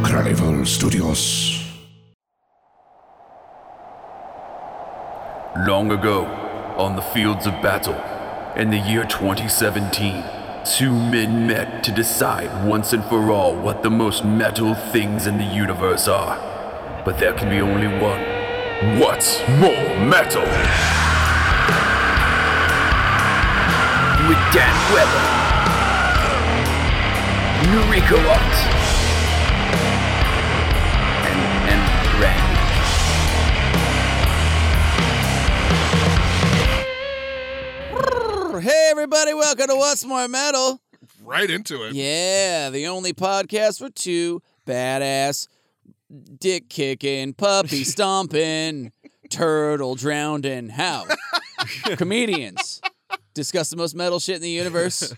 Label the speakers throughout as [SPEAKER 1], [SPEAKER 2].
[SPEAKER 1] Arkham Studios.
[SPEAKER 2] Long ago, on the fields of battle, in the year 2017, two men met to decide once and for all what the most metal things in the universe are. But there can be only one. What's more metal? With Dan Weber, Noriko Ott, and, and Randy.
[SPEAKER 3] Hey, everybody, welcome to What's More Metal.
[SPEAKER 4] right into it.
[SPEAKER 3] Yeah, the only podcast for two badass, dick kicking, puppy stomping, turtle drowning, how? Comedians discuss the most metal shit in the universe.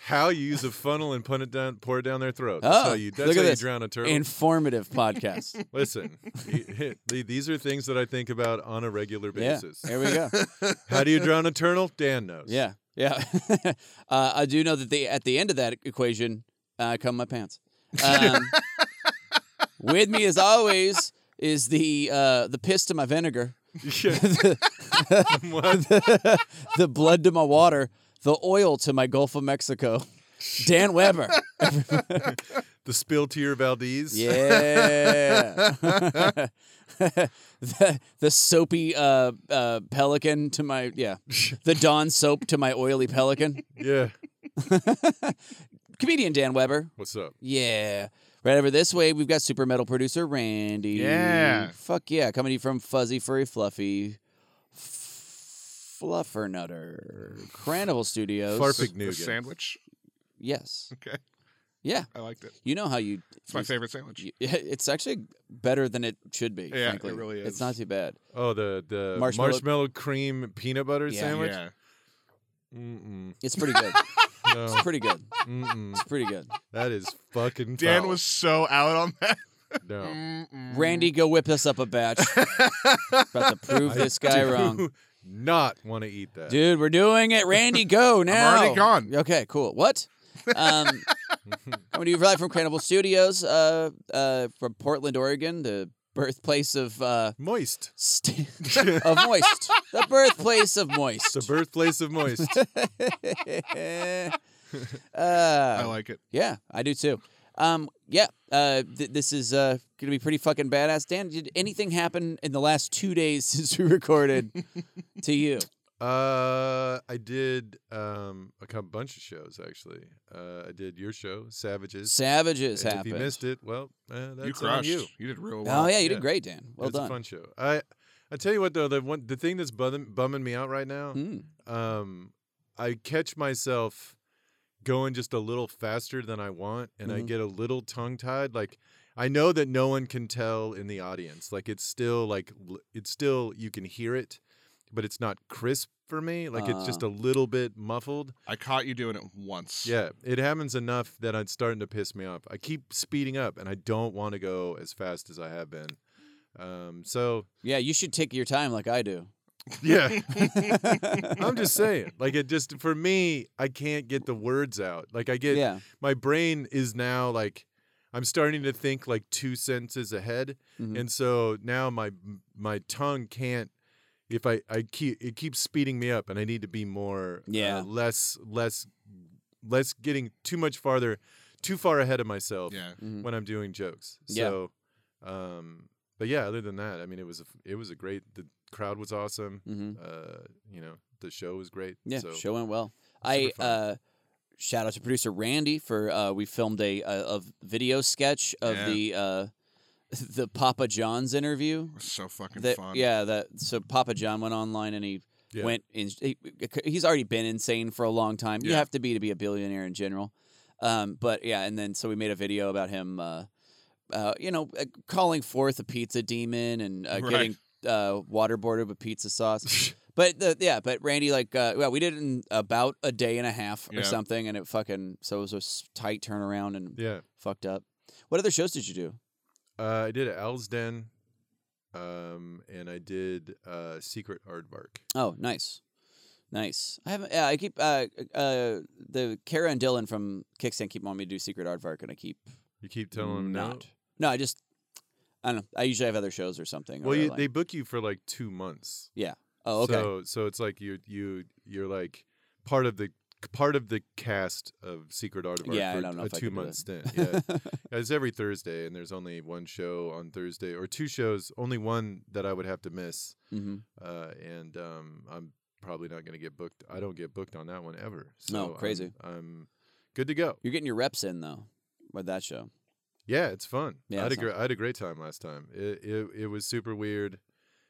[SPEAKER 5] how you use a funnel and put it down, pour it down their throat.
[SPEAKER 3] Oh,
[SPEAKER 5] That's how you, that's
[SPEAKER 3] look at
[SPEAKER 5] how you
[SPEAKER 3] this.
[SPEAKER 5] drown a turtle.
[SPEAKER 3] Informative podcast.
[SPEAKER 5] Listen, the- the- these are things that I think about on a regular
[SPEAKER 3] Yeah,
[SPEAKER 5] basis.
[SPEAKER 3] there we go.
[SPEAKER 5] How do you drown a turtle? Dan knows.
[SPEAKER 3] Yeah, yeah. uh, I do know that the at the end of that equation, I come my pants. Um, with me, as always, is the uh, the piss to my vinegar,
[SPEAKER 5] What?
[SPEAKER 3] the blood to my water, the oil to my Gulf of Mexico. Dan Weber.
[SPEAKER 5] the spill to your Valdez?
[SPEAKER 3] Yeah. the, the soapy uh, uh, pelican to my, yeah. The Dawn soap to my oily pelican.
[SPEAKER 5] Yeah.
[SPEAKER 3] Comedian Dan Weber.
[SPEAKER 5] What's up?
[SPEAKER 3] Yeah. Right over this way, we've got super metal producer Randy.
[SPEAKER 4] Yeah.
[SPEAKER 3] Fuck yeah. Coming to you from Fuzzy Furry Fluffy F- Fluffernutter Carnival Studios.
[SPEAKER 5] Farfig
[SPEAKER 4] The
[SPEAKER 5] nougat.
[SPEAKER 4] sandwich.
[SPEAKER 3] Yes.
[SPEAKER 4] Okay.
[SPEAKER 3] Yeah.
[SPEAKER 4] I liked it.
[SPEAKER 3] You know how you.
[SPEAKER 4] It's my
[SPEAKER 3] you-
[SPEAKER 4] favorite sandwich.
[SPEAKER 3] you- It's actually better than it should be.
[SPEAKER 4] Yeah, it
[SPEAKER 3] frankly.
[SPEAKER 4] really
[SPEAKER 3] It's
[SPEAKER 4] is.
[SPEAKER 3] not too bad.
[SPEAKER 5] Oh, the, the
[SPEAKER 3] Marshmallow-
[SPEAKER 5] marshmallow. cream peanut butter
[SPEAKER 3] Yeah.
[SPEAKER 5] sandwich?
[SPEAKER 4] Yeah.
[SPEAKER 5] Mm-mm.
[SPEAKER 3] It's pretty good.
[SPEAKER 5] No.
[SPEAKER 3] it's pretty good.
[SPEAKER 5] Mm-mm.
[SPEAKER 3] It's pretty good.
[SPEAKER 5] That is fucking
[SPEAKER 4] Dan
[SPEAKER 5] foul.
[SPEAKER 4] was so out on that.
[SPEAKER 5] No.
[SPEAKER 3] Randy, go whip us up a batch. About to prove this guy
[SPEAKER 5] do
[SPEAKER 3] wrong.
[SPEAKER 5] Not want to eat that.
[SPEAKER 3] Dude, we're doing it. Randy, go now.
[SPEAKER 4] already gone.
[SPEAKER 3] Okay, cool. What? Um, coming to you live from Cranible Studios, uh, uh, from Portland, Oregon, the birthplace of uh,
[SPEAKER 5] Moist.
[SPEAKER 3] st- of moist, the birthplace of moist.
[SPEAKER 5] The birthplace of moist.
[SPEAKER 4] I
[SPEAKER 3] uh,
[SPEAKER 4] like it.
[SPEAKER 3] yeah, I do too. Um, yeah, uh, th- this is uh, gonna be pretty fucking badass. Dan, did anything happen in the last two days since we recorded to you?
[SPEAKER 5] Uh, I did um a cou- bunch of shows actually. Uh, I did your show, Savages.
[SPEAKER 3] Savages
[SPEAKER 5] and
[SPEAKER 3] happened.
[SPEAKER 5] If you missed it, well, uh, that's
[SPEAKER 4] you
[SPEAKER 5] on
[SPEAKER 4] crushed.
[SPEAKER 5] you.
[SPEAKER 4] did real well.
[SPEAKER 3] Oh yeah, you
[SPEAKER 5] yeah.
[SPEAKER 3] did great, Dan. Well
[SPEAKER 5] It's a
[SPEAKER 3] done.
[SPEAKER 5] fun show. I I tell you what though, the one the thing that's bumming, bumming me out right now,
[SPEAKER 3] Mm.
[SPEAKER 5] um, I catch myself going just a little faster than I want, and I
[SPEAKER 3] Mhm.
[SPEAKER 5] get a little tongue tied. Like I know that no one can tell in the audience. Like it's still like l- it's still you can hear it, but it's not crisp for me. Like it's just
[SPEAKER 3] Ah.
[SPEAKER 5] a little bit muffled.
[SPEAKER 4] I caught you doing it once.
[SPEAKER 5] Yeah, it happens enough that it's starting to piss me off. I keep speeding up, and I don't want to go as fast as I have been. Um, so
[SPEAKER 3] Yeah, you should take your time like I do.
[SPEAKER 5] yeah, I'm just saying, like it just for me, I can't get the words out. Like I get,
[SPEAKER 3] yeah.
[SPEAKER 5] my brain is now like, I'm starting to think like two sentences ahead,
[SPEAKER 3] Mhm.
[SPEAKER 5] and so now my my tongue can't. If I I keep it keeps speeding me up, and I need to be more uh,
[SPEAKER 3] Yeah.
[SPEAKER 5] less less less getting too much farther, too far ahead of myself
[SPEAKER 4] Yeah.
[SPEAKER 3] Mhm.
[SPEAKER 5] when I'm doing jokes.
[SPEAKER 3] Yeah.
[SPEAKER 5] So, um, but yeah, other than that, I mean, it was a, f- it was a great. The crowd was awesome.
[SPEAKER 3] Mhm.
[SPEAKER 5] Uh, you know, the show was great.
[SPEAKER 3] Yeah,
[SPEAKER 5] so,
[SPEAKER 3] show went well. I
[SPEAKER 5] fun.
[SPEAKER 3] uh, shout out to producer Randy for uh, we filmed a, a, a video sketch of
[SPEAKER 4] Yeah.
[SPEAKER 3] the uh, the Papa John's interview.
[SPEAKER 4] It was so fucking
[SPEAKER 3] That,
[SPEAKER 4] fun.
[SPEAKER 3] yeah, that so Papa John went online and he
[SPEAKER 5] Yeah.
[SPEAKER 3] went in. He, he's already been insane for a long time. You
[SPEAKER 4] Yeah.
[SPEAKER 3] have to be to be a billionaire in general. Um, but yeah, and then so we made a video about him. Uh, uh, you know, uh, calling forth a pizza demon and uh,
[SPEAKER 4] Right.
[SPEAKER 3] getting uh, waterboarded with pizza sauce. but the, yeah, but Randy, like, uh, well, we did it in about a day and a half or
[SPEAKER 4] Yeah.
[SPEAKER 3] something, and it fucking so it was a s- tight turnaround and
[SPEAKER 5] Yeah,
[SPEAKER 3] fucked up. What other shows did you do?
[SPEAKER 5] uh, I did Al's Den, um, and I did uh, Secret Aardvark.
[SPEAKER 3] Oh, nice, nice. I haven't. Yeah, I keep uh, uh, the Kara and Dylan from Kickstand keep wanting me to do Secret Aardvark, and I keep
[SPEAKER 5] You keep telling him
[SPEAKER 3] not. No,
[SPEAKER 5] no.
[SPEAKER 3] I just I don't know. I usually have other shows or something. or
[SPEAKER 5] Well, you,
[SPEAKER 3] like-
[SPEAKER 5] they book you for like two months.
[SPEAKER 3] oh okay.
[SPEAKER 5] So so it's like you you you're like part of the part of the cast of Secret Art of Art
[SPEAKER 3] Yeah, I
[SPEAKER 5] for
[SPEAKER 3] don't know
[SPEAKER 5] a
[SPEAKER 3] if I could do
[SPEAKER 5] two month
[SPEAKER 3] that.
[SPEAKER 5] stint. Yeah, it's every Thursday, and there's only one show on Thursday or two shows, only one that I would have to miss.
[SPEAKER 3] hmm
[SPEAKER 5] Uh, and um, I'm probably not going to get booked. I don't get booked on that one ever. So
[SPEAKER 3] No,
[SPEAKER 5] I'm-
[SPEAKER 3] crazy.
[SPEAKER 5] I'm, good to go.
[SPEAKER 3] You're getting your reps in though with that show.
[SPEAKER 5] Yeah, it's fun.
[SPEAKER 3] Yeah,
[SPEAKER 5] I had a
[SPEAKER 3] it's not-
[SPEAKER 5] gr- I had a great time last time. It, it it was super weird.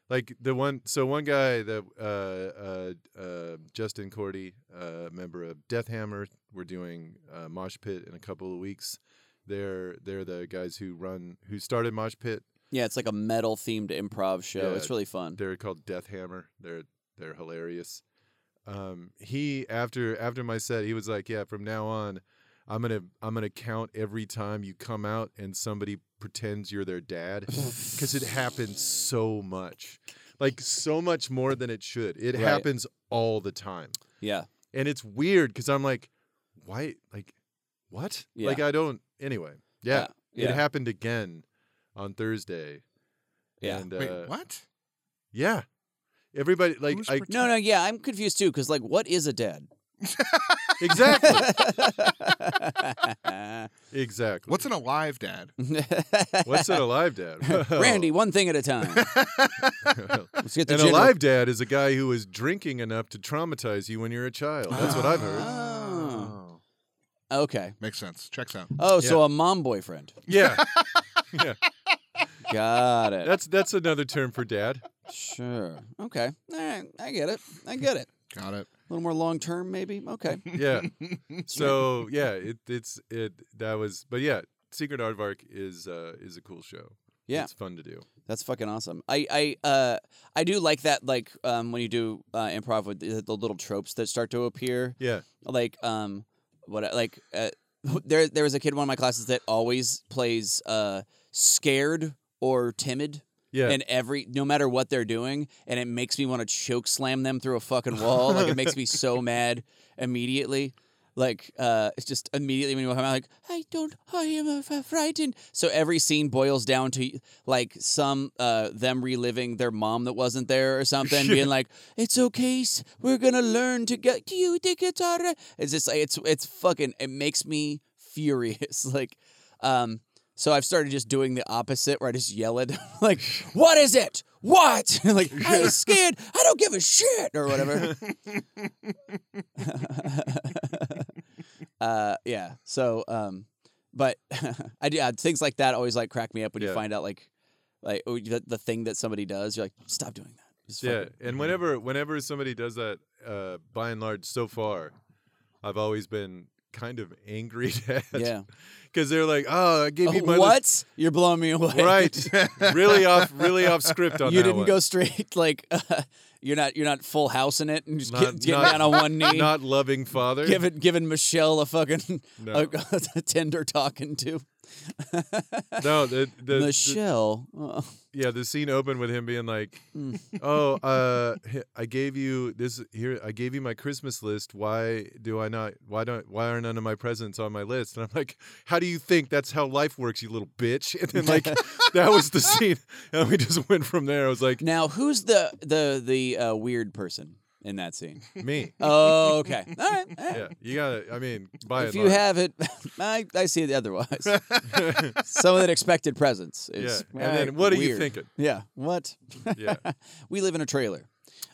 [SPEAKER 5] Like the one, so one guy that uh, uh, uh, Justin Cordy, uh, member of Death Hammer, we're doing uh, Mosh Pit in a couple of weeks. They're they're the guys who run who started Mosh Pit.
[SPEAKER 3] Yeah, it's like a metal themed improv show.
[SPEAKER 5] Yeah,
[SPEAKER 3] it's really fun.
[SPEAKER 5] They're called Death Hammer. They're they're hilarious. Um, he after after my set, he was like, "Yeah, from now on, I'm gonna I'm gonna count every time you come out and somebody pretends you're their dad because it happens so much, like so much more than it should. It
[SPEAKER 3] Right.
[SPEAKER 5] happens all the time,
[SPEAKER 3] Yeah.
[SPEAKER 5] and it's weird because I'm like, why? Like, what?
[SPEAKER 3] Yeah.
[SPEAKER 5] Like I don't. Anyway, yeah,
[SPEAKER 3] Uh, yeah.
[SPEAKER 5] it happened again on Thursday.
[SPEAKER 3] Yeah.
[SPEAKER 5] And,
[SPEAKER 4] Wait,
[SPEAKER 5] uh,
[SPEAKER 4] what?
[SPEAKER 5] yeah. Everybody like
[SPEAKER 4] Who's
[SPEAKER 5] I,
[SPEAKER 4] protect-
[SPEAKER 3] no, no, yeah, I'm confused too because like, what is a dad?
[SPEAKER 5] exactly exactly.
[SPEAKER 4] What's an alive dad?
[SPEAKER 5] What's an alive dad? Well,
[SPEAKER 3] Randy, one thing at a time. Let's get the
[SPEAKER 5] an
[SPEAKER 3] general-
[SPEAKER 5] alive dad is a guy who is drinking enough to traumatize you when you're a child. That's what I've heard.
[SPEAKER 3] Oh. Okay.
[SPEAKER 4] Makes sense. Checks out.
[SPEAKER 3] Oh, so a mom boyfriend.
[SPEAKER 5] Yeah,
[SPEAKER 3] Got it.
[SPEAKER 5] that's that's another term for dad.
[SPEAKER 3] Sure. Okay. All right. I get it. I get it.
[SPEAKER 4] Got
[SPEAKER 3] A
[SPEAKER 4] it.
[SPEAKER 3] little more long term, maybe. Okay.
[SPEAKER 5] Yeah. So yeah, it, it's it that was but yeah, Secret Aardvark is uh is a cool show.
[SPEAKER 3] Yeah.
[SPEAKER 5] it's fun to do.
[SPEAKER 3] That's fucking awesome. I I uh I do like that. Like um when you do uh, improv with the, the little tropes that start to appear.
[SPEAKER 5] Yeah,
[SPEAKER 3] Like um what like uh, there there was a kid in one of my classes that always plays uh scared or timid.
[SPEAKER 5] yeah.
[SPEAKER 3] And every no matter what they're doing, and it makes me want to choke slam them through a fucking wall. like it makes me so mad immediately. Like uh, it's just immediately when you walk out, like I don't, I am uh, f- frightened. So every scene boils down to like some uh, them reliving their mom that wasn't there or something, being like, "It's okay, s- we're gonna learn to get. Do you think it's alright?" It's just like it's it's fucking. It makes me furious. Like, um, so I've started just doing the opposite, where I just yell it, like, "What is it? What?" like, "I'm scared. I don't give a shit," or whatever. uh, yeah. So, um, but I do yeah, things like that always like crack me up when you
[SPEAKER 5] Yeah.
[SPEAKER 3] find out like, like oh, the, the thing that somebody does. You're like, stop doing that. Just
[SPEAKER 5] Yeah,
[SPEAKER 3] fucking-
[SPEAKER 5] and whenever whenever somebody does that, uh, by and large, so far, I've always been kind of angry at.
[SPEAKER 3] Yeah.
[SPEAKER 5] because they're like, "Oh, I gave you my
[SPEAKER 3] Oh, what?
[SPEAKER 5] list."
[SPEAKER 3] You're blowing me away.
[SPEAKER 5] right, Oh, really off, really off script on
[SPEAKER 3] you
[SPEAKER 5] that
[SPEAKER 3] didn't
[SPEAKER 5] one.
[SPEAKER 3] go straight like uh, you're not you're not full house in it and just get,
[SPEAKER 5] Not-
[SPEAKER 3] getting
[SPEAKER 5] not-
[SPEAKER 3] down on one knee,
[SPEAKER 5] Not loving father.
[SPEAKER 3] giving giving Michelle a fucking
[SPEAKER 5] No.
[SPEAKER 3] a, a tender talking to
[SPEAKER 5] no, the, the, the-
[SPEAKER 3] Michelle. uh,
[SPEAKER 5] yeah, the scene opened with him being like,
[SPEAKER 3] Mm.
[SPEAKER 5] "Oh, uh, h- I gave you this here. I gave you my Christmas list. Why do I not? Why don't? Why are none of my presents on my list?" And I'm like, "How do you think that's how life works, you little bitch?" And then like, that was the scene, and we just went from there. I was like,
[SPEAKER 3] now who's the the the uh, weird person in that scene?
[SPEAKER 5] "Me."
[SPEAKER 3] Oh, okay. All right. all right.
[SPEAKER 5] Yeah, you gotta. I mean, by
[SPEAKER 3] if
[SPEAKER 5] and
[SPEAKER 3] you
[SPEAKER 5] large.
[SPEAKER 3] have it, I, I see it otherwise. Some of that expected presence
[SPEAKER 5] yeah.
[SPEAKER 3] is.
[SPEAKER 5] And
[SPEAKER 3] uh,
[SPEAKER 5] then what are you
[SPEAKER 3] weird.
[SPEAKER 5] thinking?
[SPEAKER 3] Yeah. What?
[SPEAKER 5] Yeah.
[SPEAKER 3] we live in a trailer.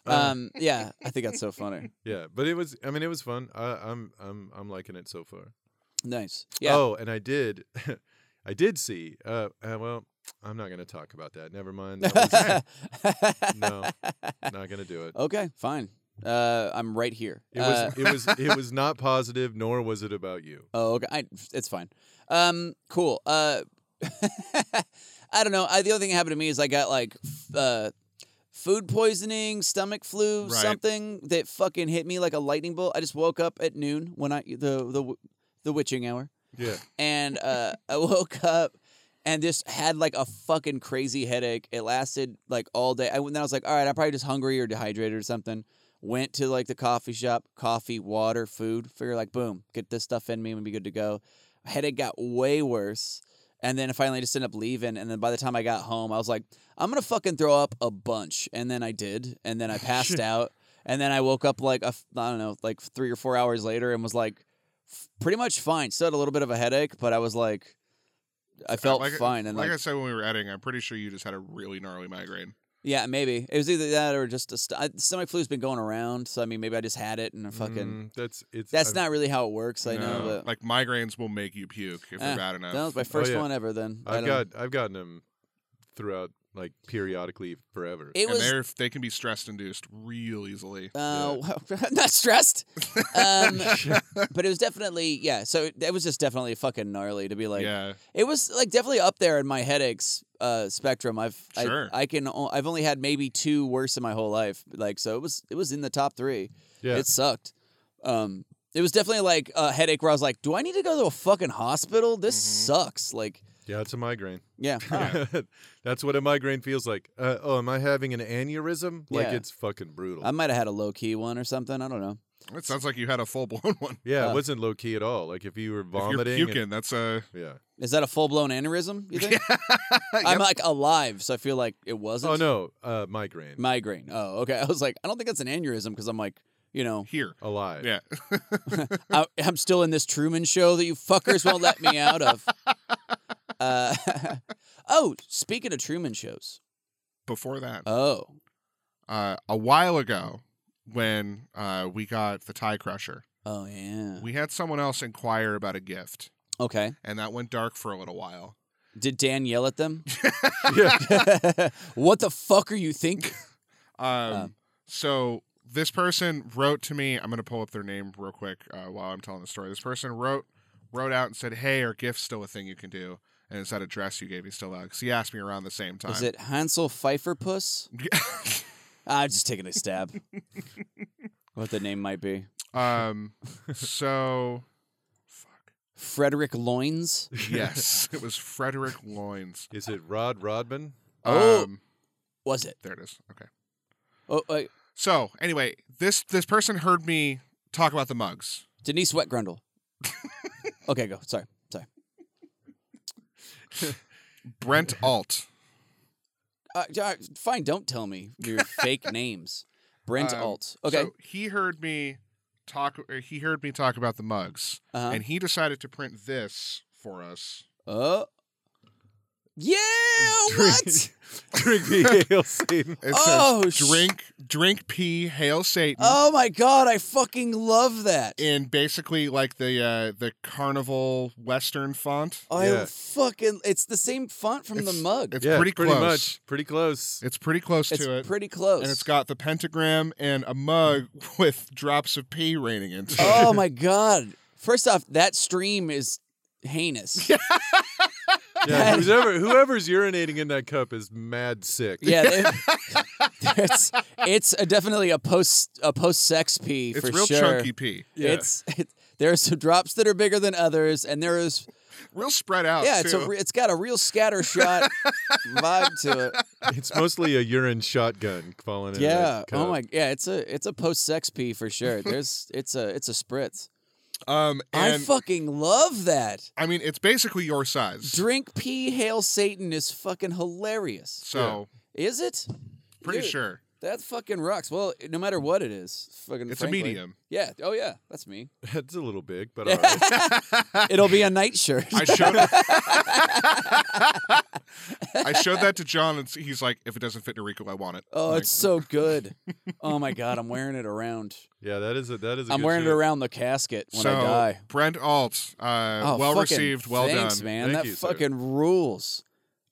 [SPEAKER 5] Uh.
[SPEAKER 3] Um, yeah, I think that's so funny.
[SPEAKER 5] Yeah, but it was. I mean, it was fun. I, I'm I'm I'm liking it so far.
[SPEAKER 3] Nice. Yeah.
[SPEAKER 5] Oh, and I did, I did see. Uh, uh, well, I'm not gonna talk about that. Never mind. That was, Oh, no, not gonna do it.
[SPEAKER 3] Okay, fine. Uh, I'm right here.
[SPEAKER 5] It
[SPEAKER 3] Oh, Uh,
[SPEAKER 5] was it was it was not positive, nor was it about you.
[SPEAKER 3] oh, okay. I, it's fine. Um, cool. Uh, I don't know. I, the only thing that happened to me is I got like f- uh, food poisoning, stomach flu,
[SPEAKER 4] Right.
[SPEAKER 3] something that fucking hit me like a lightning bolt. I just woke up at noon when I the the w- the witching hour.
[SPEAKER 5] Yeah,
[SPEAKER 3] and uh, I woke up and just had like a fucking crazy headache. It lasted like all day. I, then I was like, all right, I'm probably just hungry or dehydrated or something. Went to like the coffee shop, coffee, water, food. Figure like, boom, get this stuff in me and be good to go. Headache got way worse. And then I finally just ended up leaving. And then by the time I got home, I was like, I'm gonna fucking throw up a bunch. And then I did. And then I passed out. And then I woke up like a f- I don't know, like three or four hours later, and was like, f- pretty much fine. Still had a little bit of a headache, but I was like, I felt
[SPEAKER 4] uh, like I-
[SPEAKER 3] fine. And
[SPEAKER 4] Like,
[SPEAKER 3] like,
[SPEAKER 4] I said when we were editing, I'm pretty sure you just had a really gnarly migraine.
[SPEAKER 3] yeah, maybe it was either that or just a st- I, stomach flu's been going around. So I mean, maybe I just had it and I fucking.
[SPEAKER 5] Mm, that's it's
[SPEAKER 3] That's
[SPEAKER 5] I've-
[SPEAKER 3] not really how it works. I know,
[SPEAKER 4] No,
[SPEAKER 3] but
[SPEAKER 4] Uh, like migraines will make you puke if
[SPEAKER 3] Ah,
[SPEAKER 4] they're bad enough.
[SPEAKER 3] that was my first
[SPEAKER 5] Oh, yeah.
[SPEAKER 3] one ever. Then I
[SPEAKER 5] I've
[SPEAKER 3] don't-
[SPEAKER 5] got I've gotten them throughout like periodically forever.
[SPEAKER 3] it
[SPEAKER 4] and
[SPEAKER 3] was
[SPEAKER 4] they're they can be stress induced real easily.
[SPEAKER 3] Uh, not stressed, um, but it was definitely yeah. So it, it was just definitely fucking gnarly to be like.
[SPEAKER 4] yeah,
[SPEAKER 3] It was like definitely up there in my headaches uh, spectrum. I've
[SPEAKER 4] Sure.
[SPEAKER 3] I, I can o- I've only had maybe two worse in my whole life. Like so it was it was in the top three.
[SPEAKER 5] yeah,
[SPEAKER 3] It sucked. Um, it was definitely like a headache where I was like, do I need to go to a fucking hospital? This
[SPEAKER 4] Mhm.
[SPEAKER 3] sucks. Like
[SPEAKER 5] yeah, it's a migraine.
[SPEAKER 3] yeah.
[SPEAKER 5] that's what a migraine feels like. Uh, oh, am I having an aneurysm? Like
[SPEAKER 3] Yeah.
[SPEAKER 5] it's fucking brutal.
[SPEAKER 3] I might have had a low key one or something. I don't know.
[SPEAKER 4] it sounds like you had a full blown one.
[SPEAKER 5] yeah,
[SPEAKER 3] uh,
[SPEAKER 5] it wasn't low key at all. Like if you were vomiting,
[SPEAKER 4] if
[SPEAKER 5] and-
[SPEAKER 4] you're puking, that's a
[SPEAKER 5] yeah.
[SPEAKER 3] Is that a full blown aneurysm? You think? I'm like alive, so I feel like it wasn't.
[SPEAKER 5] Oh no, uh, migraine
[SPEAKER 3] migraine. Oh, okay. I was like, I don't think that's an aneurysm because I'm like, you know,
[SPEAKER 4] here.
[SPEAKER 5] alive.
[SPEAKER 4] Yeah,
[SPEAKER 3] I, I'm still in this Truman Show that you fuckers won't let me out of. Uh, oh, speaking of Truman shows,
[SPEAKER 4] before that,
[SPEAKER 3] oh,
[SPEAKER 4] uh, a while ago, when uh, we got the Tie Crusher,
[SPEAKER 3] oh yeah,
[SPEAKER 4] we had someone else inquire about a gift,
[SPEAKER 3] okay.
[SPEAKER 4] and that went dark for a little while.
[SPEAKER 3] Did Dan yell at them?
[SPEAKER 5] yeah.
[SPEAKER 3] what the fuck are you think?
[SPEAKER 4] Um,
[SPEAKER 3] Um.
[SPEAKER 4] so this person wrote to me. I'm gonna pull up their name real quick uh, while I'm telling the story. This person wrote wrote out and said, "Hey, are gifts still a thing you can do?" And is that address you gave me still out? Because he asked me around the same time.
[SPEAKER 3] Is it Hansel Pfeiffer Puss? I'm just taking a stab. what the name might be?
[SPEAKER 4] um. So, fuck.
[SPEAKER 3] Frederick Loins.
[SPEAKER 4] Yes, it was Frederick Loins.
[SPEAKER 5] Is it Rod Rodman?
[SPEAKER 3] Oh.
[SPEAKER 4] Um,
[SPEAKER 3] Was it?
[SPEAKER 4] there it is. Okay.
[SPEAKER 3] Oh, uh,
[SPEAKER 4] So anyway, this this person heard me talk about the mugs.
[SPEAKER 3] Denise Wetgrundle. okay, go. Sorry, sorry.
[SPEAKER 4] Brent Alt.
[SPEAKER 3] Uh, j- uh, fine, don't tell me your fake names. Brent
[SPEAKER 4] Um,
[SPEAKER 3] Alt. Okay.
[SPEAKER 4] So he heard me talk. Or he heard me talk about the mugs,
[SPEAKER 3] uh-huh.
[SPEAKER 4] and he decided to print this for us.
[SPEAKER 3] oh. Yeah. What?
[SPEAKER 5] Drink me ale, Satan.
[SPEAKER 4] It
[SPEAKER 3] Oh, sh-
[SPEAKER 4] says drink, drink, pee, hail Satan.
[SPEAKER 3] oh my god! I fucking love that.
[SPEAKER 4] In basically like the uh, the carnival western font.
[SPEAKER 3] I
[SPEAKER 5] Yeah.
[SPEAKER 3] fucking. It's the same font from the
[SPEAKER 4] It's-
[SPEAKER 3] mug.
[SPEAKER 4] It's
[SPEAKER 5] Yeah,
[SPEAKER 4] pretty close.
[SPEAKER 5] much, pretty close.
[SPEAKER 4] It's pretty close
[SPEAKER 3] It's
[SPEAKER 4] to it.
[SPEAKER 3] pretty close. Mm.
[SPEAKER 4] and it's got the pentagram and a mug with drops of pee raining into it.
[SPEAKER 3] oh my god! First off, that stream is heinous.
[SPEAKER 5] Yeah, whoever whoever's urinating in that cup is mad sick.
[SPEAKER 3] Yeah, they- it's it's a, definitely a post a post sex pee
[SPEAKER 4] It's
[SPEAKER 3] for
[SPEAKER 4] real
[SPEAKER 3] sure.
[SPEAKER 4] chunky pee,
[SPEAKER 5] Yeah.
[SPEAKER 3] It's it, there are some drops that are bigger than others, and there is
[SPEAKER 4] real spread out.
[SPEAKER 3] yeah, it's a
[SPEAKER 4] too.
[SPEAKER 3] re- it's got a real scattershot vibe to it.
[SPEAKER 5] it's mostly a urine shotgun falling in.
[SPEAKER 3] Yeah.
[SPEAKER 5] that
[SPEAKER 3] Oh
[SPEAKER 5] cup.
[SPEAKER 3] my. Yeah. It's a it's a post sex pee for sure. There's it's a it's a spritz.
[SPEAKER 4] um.
[SPEAKER 3] I
[SPEAKER 4] And I,
[SPEAKER 3] fucking love that.
[SPEAKER 4] mean, it's basically your size.
[SPEAKER 3] Drink pee, hail Satan is fucking hilarious.
[SPEAKER 4] so
[SPEAKER 3] Is it?
[SPEAKER 4] pretty
[SPEAKER 3] Dude,
[SPEAKER 4] sure
[SPEAKER 3] That fucking rocks. Well, no matter what it is, fucking.
[SPEAKER 4] it's
[SPEAKER 3] frankly.
[SPEAKER 4] a medium.
[SPEAKER 3] Yeah. Oh yeah. That's me.
[SPEAKER 5] It's a little big, but all right.
[SPEAKER 3] It'll be a nightshirt.
[SPEAKER 4] I showed. I showed that to John, and he's like, "If it doesn't fit Noriko, I want it."
[SPEAKER 3] Oh,
[SPEAKER 4] I'm like,
[SPEAKER 3] it's so good. Oh my god, I'm wearing it around.
[SPEAKER 5] yeah, that is a that is. A
[SPEAKER 3] I'm
[SPEAKER 5] good
[SPEAKER 3] wearing it
[SPEAKER 5] shit.
[SPEAKER 3] around the casket when
[SPEAKER 4] so,
[SPEAKER 3] I die.
[SPEAKER 4] Brent Alt, uh,
[SPEAKER 3] Oh,
[SPEAKER 4] well
[SPEAKER 3] fucking
[SPEAKER 4] received, well
[SPEAKER 3] thanks,
[SPEAKER 4] done.
[SPEAKER 3] man.
[SPEAKER 5] Thank
[SPEAKER 3] that
[SPEAKER 5] you, sir.
[SPEAKER 3] fucking rules.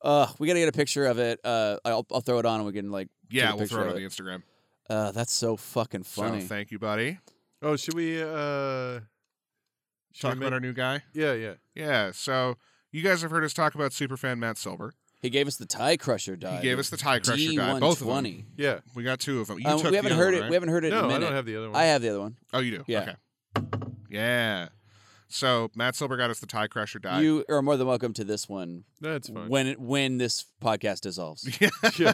[SPEAKER 3] Uh, we gotta get a picture of it. Uh, I'll, I'll throw it on and we can like. Take a
[SPEAKER 4] Yeah, we'll
[SPEAKER 3] picture
[SPEAKER 4] throw it
[SPEAKER 3] of it.
[SPEAKER 4] on the Instagram.
[SPEAKER 3] Uh, that's so fucking funny.
[SPEAKER 4] So thank you, buddy.
[SPEAKER 5] Oh, should we? uh should
[SPEAKER 4] Talk
[SPEAKER 5] we
[SPEAKER 4] about
[SPEAKER 5] make-
[SPEAKER 4] our new guy.
[SPEAKER 5] Yeah, yeah.
[SPEAKER 4] Yeah, so you guys have heard us talk about superfan Matt Silver.
[SPEAKER 3] he gave us the tie crusher die.
[SPEAKER 4] He gave us the tie crusher guy, both of them.
[SPEAKER 3] D120.
[SPEAKER 5] Yeah.
[SPEAKER 4] We got two of them. You
[SPEAKER 3] Um,
[SPEAKER 4] took
[SPEAKER 3] we haven't
[SPEAKER 4] the other
[SPEAKER 3] heard
[SPEAKER 4] one,
[SPEAKER 3] it.
[SPEAKER 4] right?
[SPEAKER 3] We haven't heard it in a
[SPEAKER 5] No, I
[SPEAKER 3] minute.
[SPEAKER 5] don't have the other one.
[SPEAKER 3] I have the other one.
[SPEAKER 4] Oh, you do.
[SPEAKER 3] Yeah.
[SPEAKER 4] Okay. Yeah. So Matt Silver got us the tie crusher die.
[SPEAKER 3] You are more than welcome to this one
[SPEAKER 5] That's fine.
[SPEAKER 3] when it, when this podcast dissolves.
[SPEAKER 5] yeah.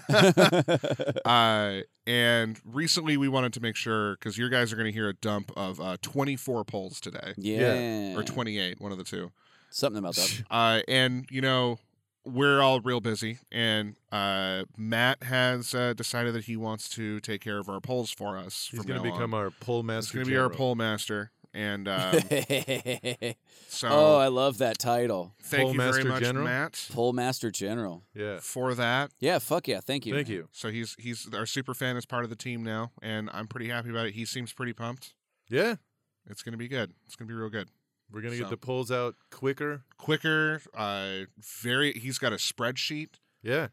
[SPEAKER 4] uh, and recently we wanted to make sure because your guys are going to hear a dump of uh, 24 polls today
[SPEAKER 3] yeah.
[SPEAKER 4] or 28, one of the two.
[SPEAKER 3] Something about that.
[SPEAKER 4] Uh, and you know, we're all real busy, and uh, Matt has uh, decided that he wants to take care of our polls for us.
[SPEAKER 5] He's
[SPEAKER 4] from
[SPEAKER 5] gonna
[SPEAKER 4] now
[SPEAKER 5] become
[SPEAKER 4] on.
[SPEAKER 5] our pole master.
[SPEAKER 4] He's gonna be our
[SPEAKER 5] general.
[SPEAKER 4] poll master, and um, so
[SPEAKER 3] oh, I love that title,
[SPEAKER 4] thank
[SPEAKER 5] Poll
[SPEAKER 4] you very
[SPEAKER 5] master
[SPEAKER 4] much,
[SPEAKER 5] general?
[SPEAKER 4] Matt,
[SPEAKER 3] Pole Master General.
[SPEAKER 5] Yeah.
[SPEAKER 4] for that.
[SPEAKER 3] Yeah, fuck yeah, thank you.
[SPEAKER 5] Thank
[SPEAKER 3] man.
[SPEAKER 5] you.
[SPEAKER 4] So he's he's our super fan is part of the team now, and I'm pretty happy about it. He seems pretty pumped.
[SPEAKER 5] Yeah.
[SPEAKER 4] It's gonna be good. It's gonna be real good.
[SPEAKER 5] We're gonna
[SPEAKER 4] So-
[SPEAKER 5] get the polls out quicker.
[SPEAKER 4] Quicker, uh, very. He's got a spreadsheet.
[SPEAKER 5] Yeah.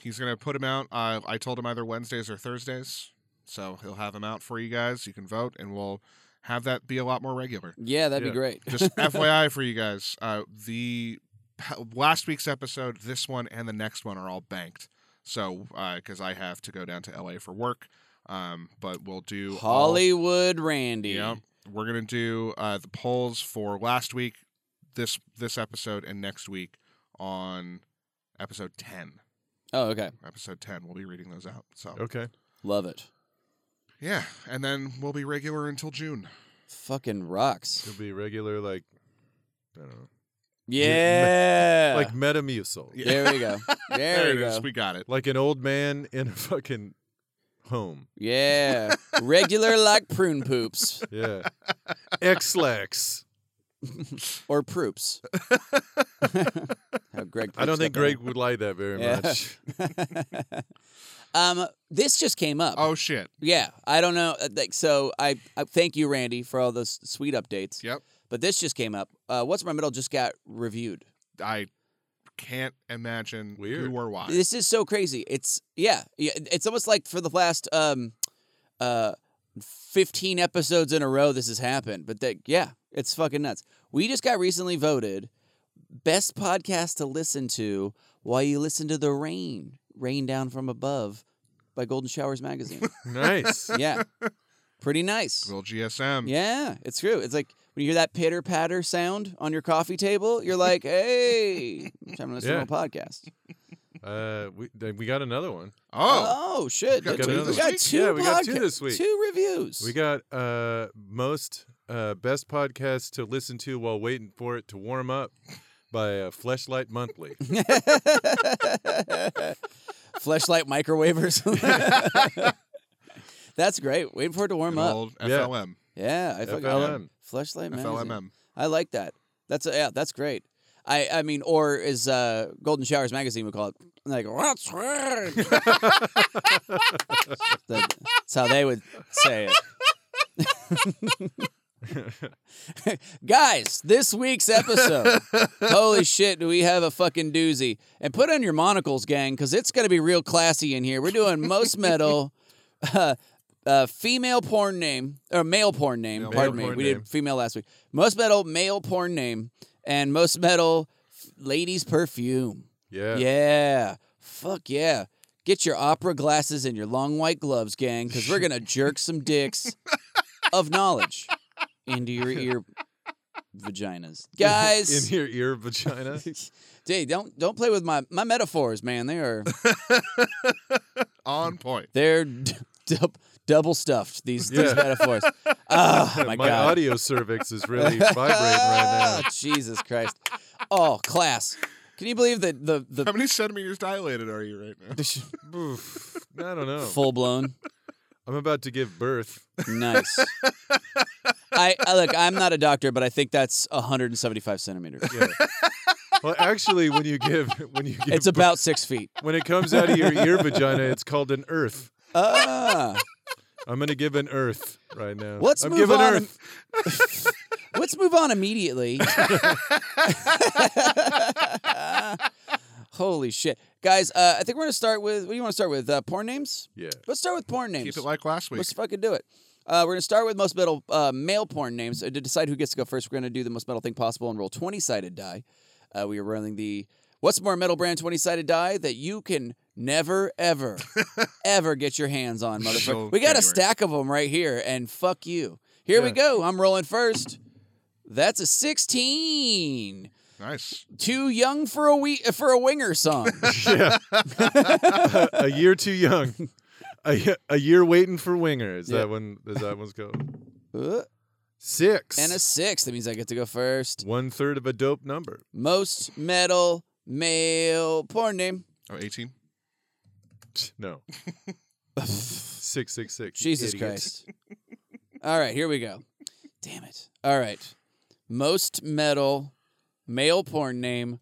[SPEAKER 4] He's gonna put them out. Uh, I told him either Wednesdays or Thursdays, so he'll have them out for you guys. You can vote, and we'll have that be a lot more regular.
[SPEAKER 3] Yeah, that'd
[SPEAKER 5] Yeah.
[SPEAKER 3] be great.
[SPEAKER 4] Just FYI for you guys, uh, the last week's episode, this one, and the next one are all banked. So because I have to go down to LA for work, um, but we'll do all-
[SPEAKER 3] Hollywood Randy.
[SPEAKER 4] Yeah, we're gonna do uh, the polls for last week, this this episode, and next week on episode ten.
[SPEAKER 3] Oh, okay,
[SPEAKER 4] Episode ten, we'll be reading those out. So
[SPEAKER 5] Okay.
[SPEAKER 3] love it.
[SPEAKER 4] yeah, and then we'll be regular until June.
[SPEAKER 3] Fucking rocks.
[SPEAKER 5] It'll be regular like I don't know.
[SPEAKER 3] Yeah.
[SPEAKER 5] Like Metamucil.
[SPEAKER 4] Yeah.
[SPEAKER 3] there we go. There,
[SPEAKER 4] it
[SPEAKER 3] we go.
[SPEAKER 4] is. We got it.
[SPEAKER 5] Like an old man in a fucking home.
[SPEAKER 3] Yeah. Regular like prune poops
[SPEAKER 5] Yeah. Xlax.
[SPEAKER 3] or proops. How Greg
[SPEAKER 5] I don't
[SPEAKER 3] Proops got
[SPEAKER 5] think
[SPEAKER 3] that
[SPEAKER 5] Greg would like that very
[SPEAKER 3] Yeah.
[SPEAKER 5] much.
[SPEAKER 3] one. Um, this just came up.
[SPEAKER 4] Oh shit.
[SPEAKER 3] Yeah, I don't know. uh, Like, so I, I thank you, Randy, for all those sweet updates.
[SPEAKER 4] Yep.
[SPEAKER 3] But this just came up. Uh, What's my middle just got reviewed.
[SPEAKER 4] I can't imagine
[SPEAKER 5] Weird.
[SPEAKER 4] who or why.
[SPEAKER 3] This is so crazy. It's yeah, yeah. It's almost like for the last um, uh, fifteen episodes in a row, this has happened. But that yeah, it's fucking nuts. We just got recently voted best podcast to listen to while you listen to the rain, rain down from above, by Golden Showers magazine.
[SPEAKER 5] Nice.
[SPEAKER 3] yeah, pretty nice.
[SPEAKER 4] Little GSM.
[SPEAKER 3] Yeah, it's true. It's like when you hear that pitter patter sound on your coffee table, you're like, hey, I'm trying to listen to
[SPEAKER 5] Yeah.
[SPEAKER 3] a podcast.
[SPEAKER 5] Uh, we th- we got another one.
[SPEAKER 4] Oh,
[SPEAKER 3] Oh, shit.
[SPEAKER 4] We
[SPEAKER 3] that's-
[SPEAKER 4] got
[SPEAKER 5] two
[SPEAKER 3] we
[SPEAKER 5] this
[SPEAKER 3] got
[SPEAKER 4] week?
[SPEAKER 3] two
[SPEAKER 5] Yeah, we got two
[SPEAKER 3] podca-
[SPEAKER 5] this week.
[SPEAKER 3] Two reviews.
[SPEAKER 5] We got uh most uh best podcast to listen to while waiting for it to warm up by uh, Fleshlight Monthly.
[SPEAKER 3] Fleshlight microwavers. That's great. Waiting for it to warm
[SPEAKER 4] an
[SPEAKER 3] up.
[SPEAKER 4] old
[SPEAKER 5] Yeah.
[SPEAKER 4] FLM.
[SPEAKER 3] yeah, I fucking
[SPEAKER 5] FLM.
[SPEAKER 3] Fleshlight magazine.
[SPEAKER 4] FLMM.
[SPEAKER 3] I like that. That's yeah, that's great. I, I mean, or is uh, Golden Showers magazine would call it like what's wrong? That- That's how they would say it. Guys, this week's episode. Holy shit, do we have a fucking doozy? And put on your monocles, gang, because it's going to be real classy in here. We're doing most metal, uh, uh, female porn name, or male porn name.
[SPEAKER 4] Male
[SPEAKER 3] pardon me.
[SPEAKER 5] porn
[SPEAKER 3] we
[SPEAKER 5] name.
[SPEAKER 3] did female last week. Most metal, male porn name, and most metal, f- ladies' perfume.
[SPEAKER 5] Yeah.
[SPEAKER 3] Yeah. Fuck yeah. Get your opera glasses and your long white gloves, gang, because we're going to jerk some dicks of knowledge into your ear vaginas. Guys.
[SPEAKER 5] in your ear vagina.
[SPEAKER 3] Dude, don't don't play with my my metaphors, man. They are Mm.
[SPEAKER 4] On point.
[SPEAKER 3] they're d- dub- double stuffed. These,
[SPEAKER 5] Yeah.
[SPEAKER 3] these metaphors. Oh my,
[SPEAKER 5] my
[SPEAKER 3] god.
[SPEAKER 5] audio cervix is really vibrating right now.
[SPEAKER 3] Ah, Jesus Christ. Oh, class. Can you believe that the
[SPEAKER 4] How
[SPEAKER 3] the,
[SPEAKER 4] many centimeters dilated are you right now?
[SPEAKER 5] Oof. I don't know.
[SPEAKER 3] full blown?
[SPEAKER 5] I'm about to give birth.
[SPEAKER 3] Nice. I, I look. I'm not a doctor, but I think that's 175 centimeters.
[SPEAKER 5] Yeah. Well, actually, when you give when you give
[SPEAKER 3] It's about six feet.
[SPEAKER 5] when it comes out of your ear vagina, it's called an earth.
[SPEAKER 3] Ah,
[SPEAKER 5] I'm gonna give an earth right now.
[SPEAKER 3] Let's
[SPEAKER 5] I'm
[SPEAKER 3] move
[SPEAKER 5] giving
[SPEAKER 3] on.
[SPEAKER 5] earth.
[SPEAKER 3] let's move on immediately. Holy shit, guys! Uh, I think we're gonna start with. What do you want to start with? Uh, porn names.
[SPEAKER 5] Yeah.
[SPEAKER 3] Let's start with porn names.
[SPEAKER 4] Keep it like last week.
[SPEAKER 3] Let's fucking do it. Uh, we're gonna start with most metal uh, male porn names uh, to decide who gets to go first. We're gonna do the most metal thing possible and roll twenty sided die. Uh, we are running the what's more metal brand twenty sided die that you can never ever ever get your hands on,
[SPEAKER 4] So
[SPEAKER 3] motherfucker. We got a
[SPEAKER 4] January.
[SPEAKER 3] stack of them right here, and fuck you. Here we
[SPEAKER 5] Yeah.
[SPEAKER 3] go. I'm rolling first. That's a sixteen.
[SPEAKER 4] Nice.
[SPEAKER 3] Too young for a we- for a winger song.
[SPEAKER 5] Yeah. a year too young. A, ye- a year waiting for winger. Is
[SPEAKER 3] Yeah.
[SPEAKER 5] that one? Is that one's called?
[SPEAKER 3] Uh,
[SPEAKER 5] Six.
[SPEAKER 3] and a six. That means I get to go first.
[SPEAKER 5] One third of a dope number.
[SPEAKER 3] Most metal male porn name.
[SPEAKER 4] Oh, 18?
[SPEAKER 5] No. six, six, six. you
[SPEAKER 3] Jesus
[SPEAKER 5] idiot.
[SPEAKER 3] Christ. All right, here we go. Damn it. All right. Most metal male porn name.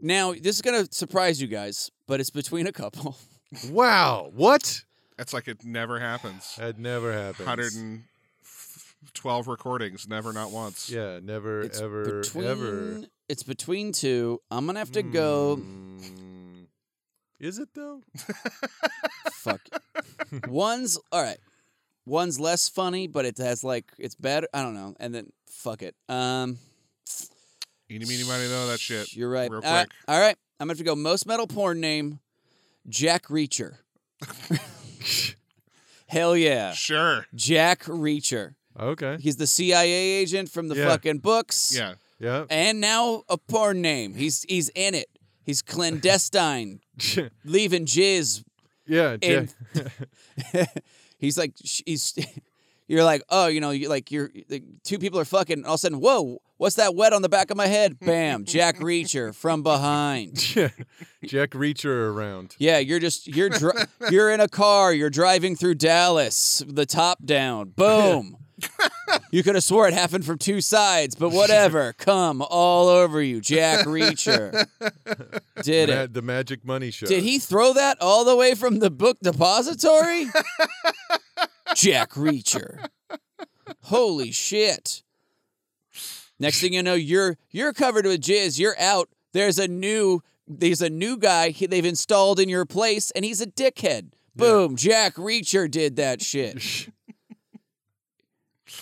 [SPEAKER 3] Now, this is going to surprise you guys, but it's between a couple.
[SPEAKER 5] Wow. What?
[SPEAKER 4] That's like it never happens.
[SPEAKER 5] That never happens.
[SPEAKER 4] 112 recordings, never not once.
[SPEAKER 5] Yeah, never,
[SPEAKER 3] It's
[SPEAKER 5] ever,
[SPEAKER 3] between
[SPEAKER 5] ever.
[SPEAKER 3] it's between two. I'm going to have to go
[SPEAKER 5] Hmm. Is it though?
[SPEAKER 3] fuck. One's all right. One's less funny, but it has like it's better. I don't know. And then fuck it. Um
[SPEAKER 4] Eeny, meeny, miny, know that shit.
[SPEAKER 3] You're right. Uh,
[SPEAKER 4] Real
[SPEAKER 3] All right,
[SPEAKER 4] quick.
[SPEAKER 3] all right. I'm gonna have to go most metal porn name, Jack Reacher. Hell yeah,
[SPEAKER 4] Sure.
[SPEAKER 3] Jack Reacher.
[SPEAKER 5] Okay.
[SPEAKER 3] He's the CIA agent from the
[SPEAKER 5] Yeah.
[SPEAKER 3] fucking books.
[SPEAKER 4] Yeah.
[SPEAKER 5] Yeah.
[SPEAKER 3] And now a porn name. He's he's in it. He's clandestine, leaving jizz.
[SPEAKER 5] yeah. Jack.
[SPEAKER 3] And- he's like sh- he's. You're like, oh, you know, you like you're like, two people are fucking. And all of a sudden, whoa, what's that wet on the back of my head? Bam, Jack Reacher from behind.
[SPEAKER 5] Jack Reacher around.
[SPEAKER 3] Yeah, you're just you're dri- you're in a car. You're driving through Dallas, the top down. Boom. you could have swore it happened from two sides, but whatever. Come all over you, Jack Reacher. Did
[SPEAKER 5] Ma-
[SPEAKER 3] it?
[SPEAKER 5] The Magic Money Show.
[SPEAKER 3] Did he throw that all the way from the book depository? Jack Reacher. Holy shit. Next thing you know, you're you're covered with jizz. You're out. There's a new there's a new guy he, they've installed in your place, and he's a dickhead. Boom, Jack Reacher did that shit.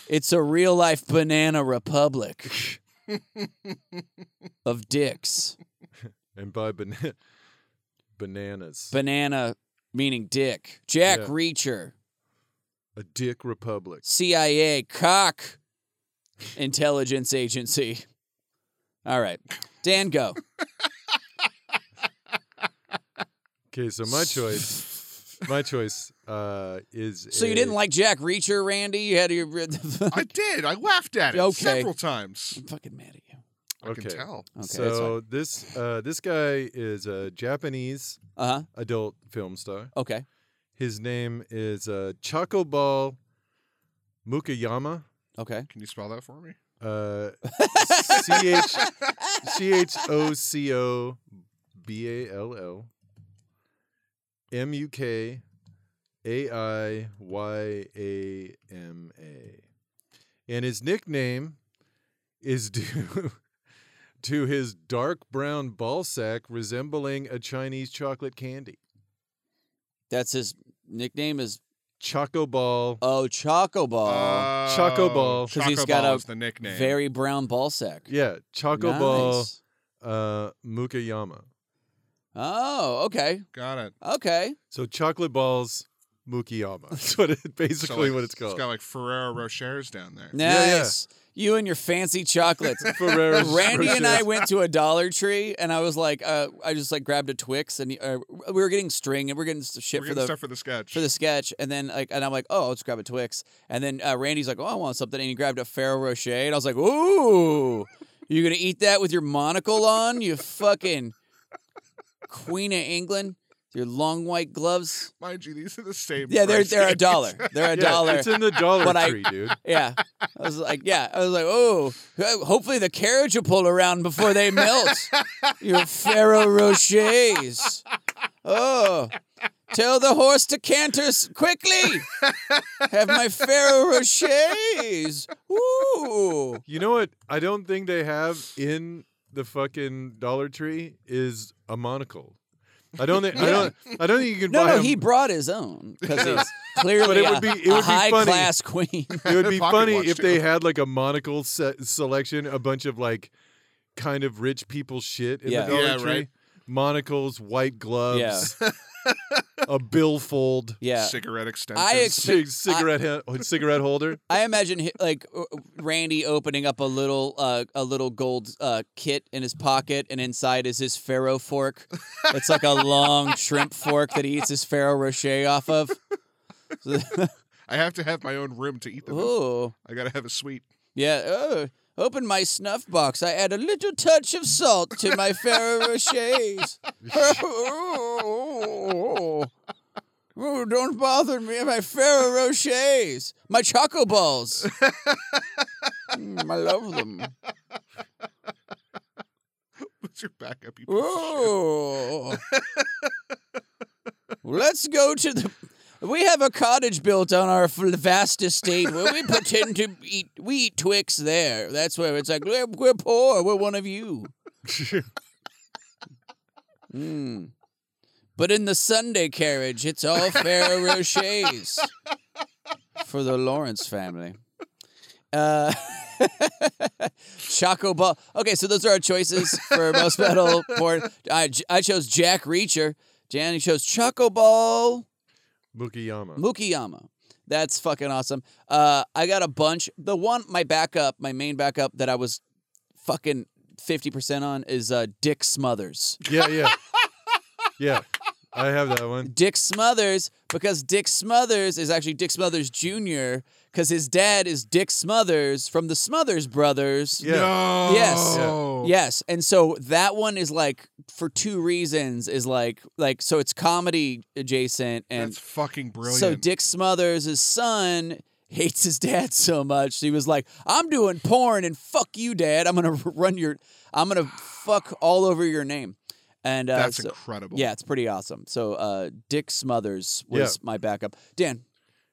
[SPEAKER 3] It's a real life banana republic of dicks.
[SPEAKER 5] And by bana- bananas.
[SPEAKER 3] Banana meaning dick. Jack
[SPEAKER 5] Yeah.
[SPEAKER 3] Reacher.
[SPEAKER 5] a dick republic.
[SPEAKER 3] CIA cock intelligence agency. All right. Dan, go.
[SPEAKER 5] Okay, so my choice, my choice uh, is.
[SPEAKER 3] So you
[SPEAKER 5] a-
[SPEAKER 3] didn't like Jack Reacher, Randy? You had your I'm
[SPEAKER 4] I did. I laughed at it
[SPEAKER 3] Okay.
[SPEAKER 4] several times.
[SPEAKER 3] fucking mad at you.
[SPEAKER 4] I
[SPEAKER 5] Okay.
[SPEAKER 4] can tell.
[SPEAKER 3] Okay.
[SPEAKER 5] so this uh, this guy is a Japanese
[SPEAKER 3] uh huh.
[SPEAKER 5] adult film star.
[SPEAKER 3] Okay.
[SPEAKER 5] His name is uh, Chocoball Mukayama.
[SPEAKER 3] Okay.
[SPEAKER 4] Can you spell that for me?
[SPEAKER 5] Uh, C H C H O C O B A L L M U K A I Y A M A. And his nickname is due to his dark brown ball sack resembling a Chinese chocolate candy.
[SPEAKER 3] That's his nickname is
[SPEAKER 5] Choco ball.
[SPEAKER 3] Oh Choco
[SPEAKER 5] Uh,
[SPEAKER 3] Ball.
[SPEAKER 5] Choco Ball.
[SPEAKER 3] 'Cause he's got
[SPEAKER 4] Uh, Ball
[SPEAKER 3] a
[SPEAKER 4] is the nickname.
[SPEAKER 3] Very brown ball sack.
[SPEAKER 5] yeah, Choco
[SPEAKER 3] nice.
[SPEAKER 5] ball uh, Mukayama.
[SPEAKER 3] Oh, okay.
[SPEAKER 4] Got it.
[SPEAKER 3] Okay.
[SPEAKER 5] So chocolate balls Mukiyama. That's what it
[SPEAKER 4] So,
[SPEAKER 5] basically
[SPEAKER 4] like,
[SPEAKER 5] what it's called.
[SPEAKER 4] It's got like Ferrero Rochers down there.
[SPEAKER 5] yeah.
[SPEAKER 3] Nice. You and your fancy chocolates.
[SPEAKER 5] Ferrero
[SPEAKER 3] Randy and I
[SPEAKER 5] Rocher.
[SPEAKER 3] went to a Dollar Tree, and I was like, uh, I just like grabbed a Twix, and uh, we were getting string, and we are getting s- shit for
[SPEAKER 4] We're getting
[SPEAKER 3] the
[SPEAKER 4] stuff for the sketch.
[SPEAKER 3] for the sketch, and then like, and I'm like, oh, let's grab a Twix, and then uh, Randy's like, oh, I want something, and he grabbed a Ferrero Rocher, and I was like, ooh, you gonna eat that with your monocle on, you fucking Queen of England, your long white gloves?
[SPEAKER 4] Mind you, these are the same.
[SPEAKER 3] Yeah, they're they're a
[SPEAKER 4] price.
[SPEAKER 3] dollar, they're a
[SPEAKER 5] Yeah,
[SPEAKER 3] dollar.
[SPEAKER 5] It's in the dollar
[SPEAKER 3] But I-
[SPEAKER 5] tree, dude.
[SPEAKER 3] Yeah. I was like, yeah. I was like, oh, hopefully the carriage will pull around before they melt. Your Ferrero Rochers. Oh, tell the horse to canter s- quickly. Have my Ferrero Rochers. Ooh.
[SPEAKER 5] You know what? I don't think they have in the fucking Dollar Tree is a monocle. I don't think I
[SPEAKER 3] Yeah.
[SPEAKER 5] don't I don't think you can
[SPEAKER 3] No,
[SPEAKER 5] buy
[SPEAKER 3] no,
[SPEAKER 5] him.
[SPEAKER 3] he brought his own because
[SPEAKER 5] Yeah.
[SPEAKER 3] he's clearly
[SPEAKER 5] But it would
[SPEAKER 3] a-
[SPEAKER 5] be-
[SPEAKER 3] a
[SPEAKER 5] it would be funny.
[SPEAKER 3] high class queen.
[SPEAKER 5] It would be
[SPEAKER 4] Pocket
[SPEAKER 5] funny
[SPEAKER 4] watch,
[SPEAKER 5] if they
[SPEAKER 4] too.
[SPEAKER 5] had like a monocle se- selection, a bunch of like kind of rich people shit in
[SPEAKER 3] Yeah.
[SPEAKER 5] the Dollar
[SPEAKER 4] Yeah,
[SPEAKER 5] Tree.
[SPEAKER 4] right.
[SPEAKER 5] Monocles, white gloves, a billfold.
[SPEAKER 3] Yeah.
[SPEAKER 4] Cigarette extensions.
[SPEAKER 3] I ex-
[SPEAKER 5] Cig- cigarette he- cigarette holder.
[SPEAKER 3] I imagine hi- like uh, Randy opening up a little uh, a little gold uh, kit in his pocket, and inside is his farro fork. It's like a long shrimp fork that he eats his farro rocher off of.
[SPEAKER 4] I have to have my own room to eat them. in.
[SPEAKER 3] Ooh.
[SPEAKER 4] I gotta have a suite.
[SPEAKER 3] Yeah. Oh, open my snuff box. I add a little touch of salt to my Ferrero Rochers. oh, don't bother me. My Ferrero Rochers. My Choco Balls. Mm, I love them.
[SPEAKER 4] What's your backup? You piece of shit?
[SPEAKER 3] Oh. Let's go to the. We have a cottage built on our f- vast estate where we pretend to eat. We eat Twix there. That's where it's like we're, we're poor. We're one of you. Mm. But in the Sunday carriage, it's all Ferrero Rochers for the Lawrence family. Uh, Choco Ball. Okay, so those are our choices for most metal porn. I, I chose Jack Reacher. Jan chose Choco Ball
[SPEAKER 5] Mukiyama.
[SPEAKER 3] Mukiyama. That's fucking awesome. Uh, I got a bunch. The one, my backup, my main backup that I was fucking 50% on is uh, Dick Smothers.
[SPEAKER 5] yeah, yeah, yeah. I have that one.
[SPEAKER 3] Dick Smothers because Dick Smothers is actually Dick Smothers Jr. because his dad is Dick Smothers from the Smothers Brothers.
[SPEAKER 5] Yeah.
[SPEAKER 4] No.
[SPEAKER 3] Yes. Yes, and so that one is like for two reasons is like like so it's comedy adjacent and
[SPEAKER 4] That's fucking brilliant.
[SPEAKER 3] so Dick Smothers his son hates his dad so much he was like I'm doing porn and fuck you dad I'm going to run your I'm going to fuck all over your name. And uh,
[SPEAKER 4] That's
[SPEAKER 3] so-
[SPEAKER 4] incredible.
[SPEAKER 3] yeah, it's pretty awesome. So uh, Dick Smothers was my backup. Dan,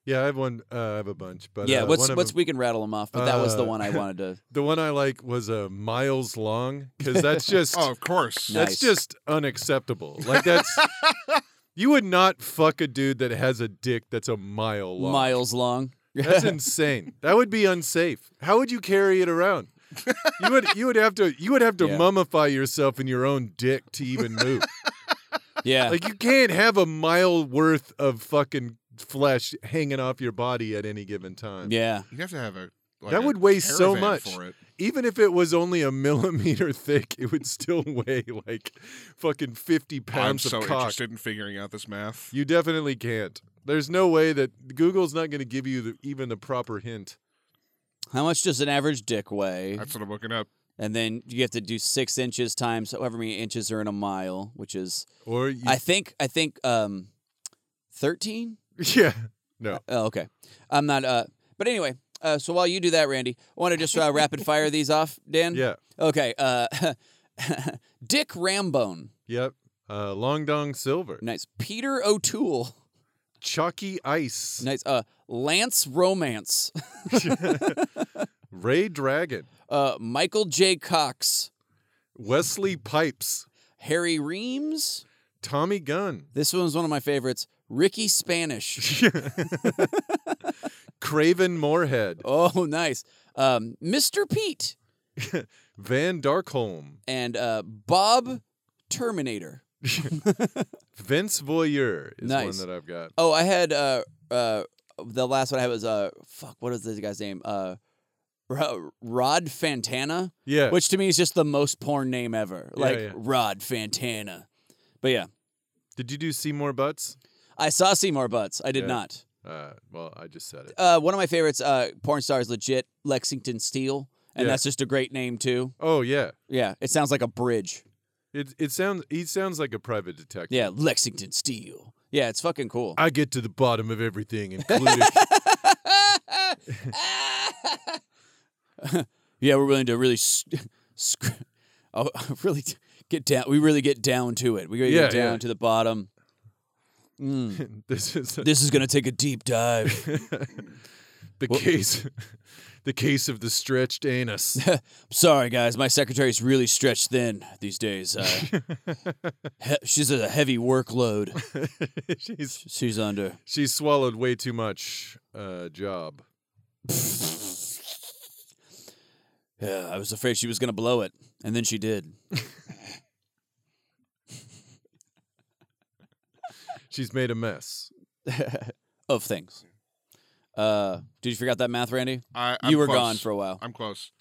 [SPEAKER 5] Yeah, I have one. Uh, I have a bunch, but
[SPEAKER 3] yeah,
[SPEAKER 5] uh,
[SPEAKER 3] what's
[SPEAKER 5] one of
[SPEAKER 3] what's
[SPEAKER 5] them-
[SPEAKER 3] we can rattle them off, but that was the
[SPEAKER 5] Uh,
[SPEAKER 3] one I wanted to.
[SPEAKER 5] the one I like was uh, miles long because that's just
[SPEAKER 4] Oh, of course.
[SPEAKER 3] No.
[SPEAKER 5] that's
[SPEAKER 3] Nice.
[SPEAKER 5] just unacceptable. Like that's you would not fuck a dude that has a dick that's a mile long.
[SPEAKER 3] Miles long.
[SPEAKER 5] That's insane. That would be unsafe. How would you carry it around? You would you would have to you would have to
[SPEAKER 3] Yeah.
[SPEAKER 5] mummify yourself in your own dick to even move.
[SPEAKER 3] Yeah,
[SPEAKER 5] like you can't have a mile worth of fucking flesh hanging off your body at any given time.
[SPEAKER 3] yeah.
[SPEAKER 4] You have to have a. Like
[SPEAKER 5] That
[SPEAKER 4] a
[SPEAKER 5] would weigh so
[SPEAKER 4] caravan
[SPEAKER 5] much.
[SPEAKER 4] For it.
[SPEAKER 5] Even if it was only a millimeter thick, it would still weigh like fucking fifty
[SPEAKER 4] I'm
[SPEAKER 5] pounds
[SPEAKER 4] so
[SPEAKER 5] of cock.
[SPEAKER 4] interested in figuring out this math.
[SPEAKER 5] You definitely can't. There's no way that Google's not going to give you the, even the proper hint.
[SPEAKER 3] How much does an average dick weigh?
[SPEAKER 4] That's what I'm looking up.
[SPEAKER 3] And then you have to do six inches times however many inches are in a mile, which is
[SPEAKER 5] Or you,
[SPEAKER 3] I think I think um, thirteen.
[SPEAKER 5] yeah, no.
[SPEAKER 3] Oh, okay. I'm not. Uh, but anyway, uh, so while you do that, Randy, I want to just uh, rapid fire these off, Dan.
[SPEAKER 5] Yeah.
[SPEAKER 3] Okay. Uh, Dick Rambone.
[SPEAKER 5] Yep. Uh, Long Dong Silver.
[SPEAKER 3] Nice. Peter O'Toole.
[SPEAKER 5] Chalky Ice.
[SPEAKER 3] Nice. Uh, Lance Romance.
[SPEAKER 5] Ray Dragon.
[SPEAKER 3] Uh, Michael J. Cox.
[SPEAKER 5] Wesley Pipes.
[SPEAKER 3] Harry Reams.
[SPEAKER 5] Tommy Gunn.
[SPEAKER 3] This one was one of my favorites. Ricky Spanish.
[SPEAKER 5] Craven Moorhead.
[SPEAKER 3] Oh, nice. Um, Mr. Pete
[SPEAKER 5] Van Darkholm.
[SPEAKER 3] and uh, Bob Terminator.
[SPEAKER 5] Vince Voyeur is
[SPEAKER 3] Nice.
[SPEAKER 5] one that I've got.
[SPEAKER 3] Oh, I had uh uh the last one I had was uh fuck what is this guy's name uh Ro- Rod Fantana,
[SPEAKER 5] Yeah.
[SPEAKER 3] which to me is just the most porn name ever.
[SPEAKER 5] Yeah,
[SPEAKER 3] Like
[SPEAKER 5] yeah.
[SPEAKER 3] Rod Fantana. But yeah,
[SPEAKER 5] Did you do Seymour Butts?
[SPEAKER 3] I saw Seymour Butts. I did
[SPEAKER 5] Yeah.
[SPEAKER 3] not.
[SPEAKER 5] Uh, well, I just said it.
[SPEAKER 3] Uh, one of my favorites, uh, porn stars legit Lexington Steele, and
[SPEAKER 5] Yeah.
[SPEAKER 3] that's just a great name too.
[SPEAKER 5] Oh yeah.
[SPEAKER 3] Yeah, it sounds like a bridge.
[SPEAKER 5] It it sounds he sounds like a private detective.
[SPEAKER 3] Yeah, Lexington Steele. Yeah, it's fucking cool.
[SPEAKER 5] I get to the bottom of everything, including
[SPEAKER 3] yeah, we're willing to really, s- sc- oh, really t- get down. We really get down to it. We really get
[SPEAKER 5] Yeah,
[SPEAKER 3] down
[SPEAKER 5] yeah.
[SPEAKER 3] to the bottom. Mm.
[SPEAKER 5] this is
[SPEAKER 3] This is gonna take a deep dive.
[SPEAKER 5] the case, the case of the stretched anus.
[SPEAKER 3] Sorry, guys, my secretary's really stretched thin these days. Uh, he- she's a heavy workload
[SPEAKER 5] she's
[SPEAKER 3] she's under.
[SPEAKER 5] she's swallowed way too much. Uh, job.
[SPEAKER 3] Yeah, I was afraid she was gonna blow it, and then she did.
[SPEAKER 5] She's made a mess.
[SPEAKER 3] of things. Uh, did you forget that math, Randy?
[SPEAKER 4] I,
[SPEAKER 3] you
[SPEAKER 4] I'm
[SPEAKER 3] were
[SPEAKER 4] close.
[SPEAKER 3] gone for a while.
[SPEAKER 4] I'm close.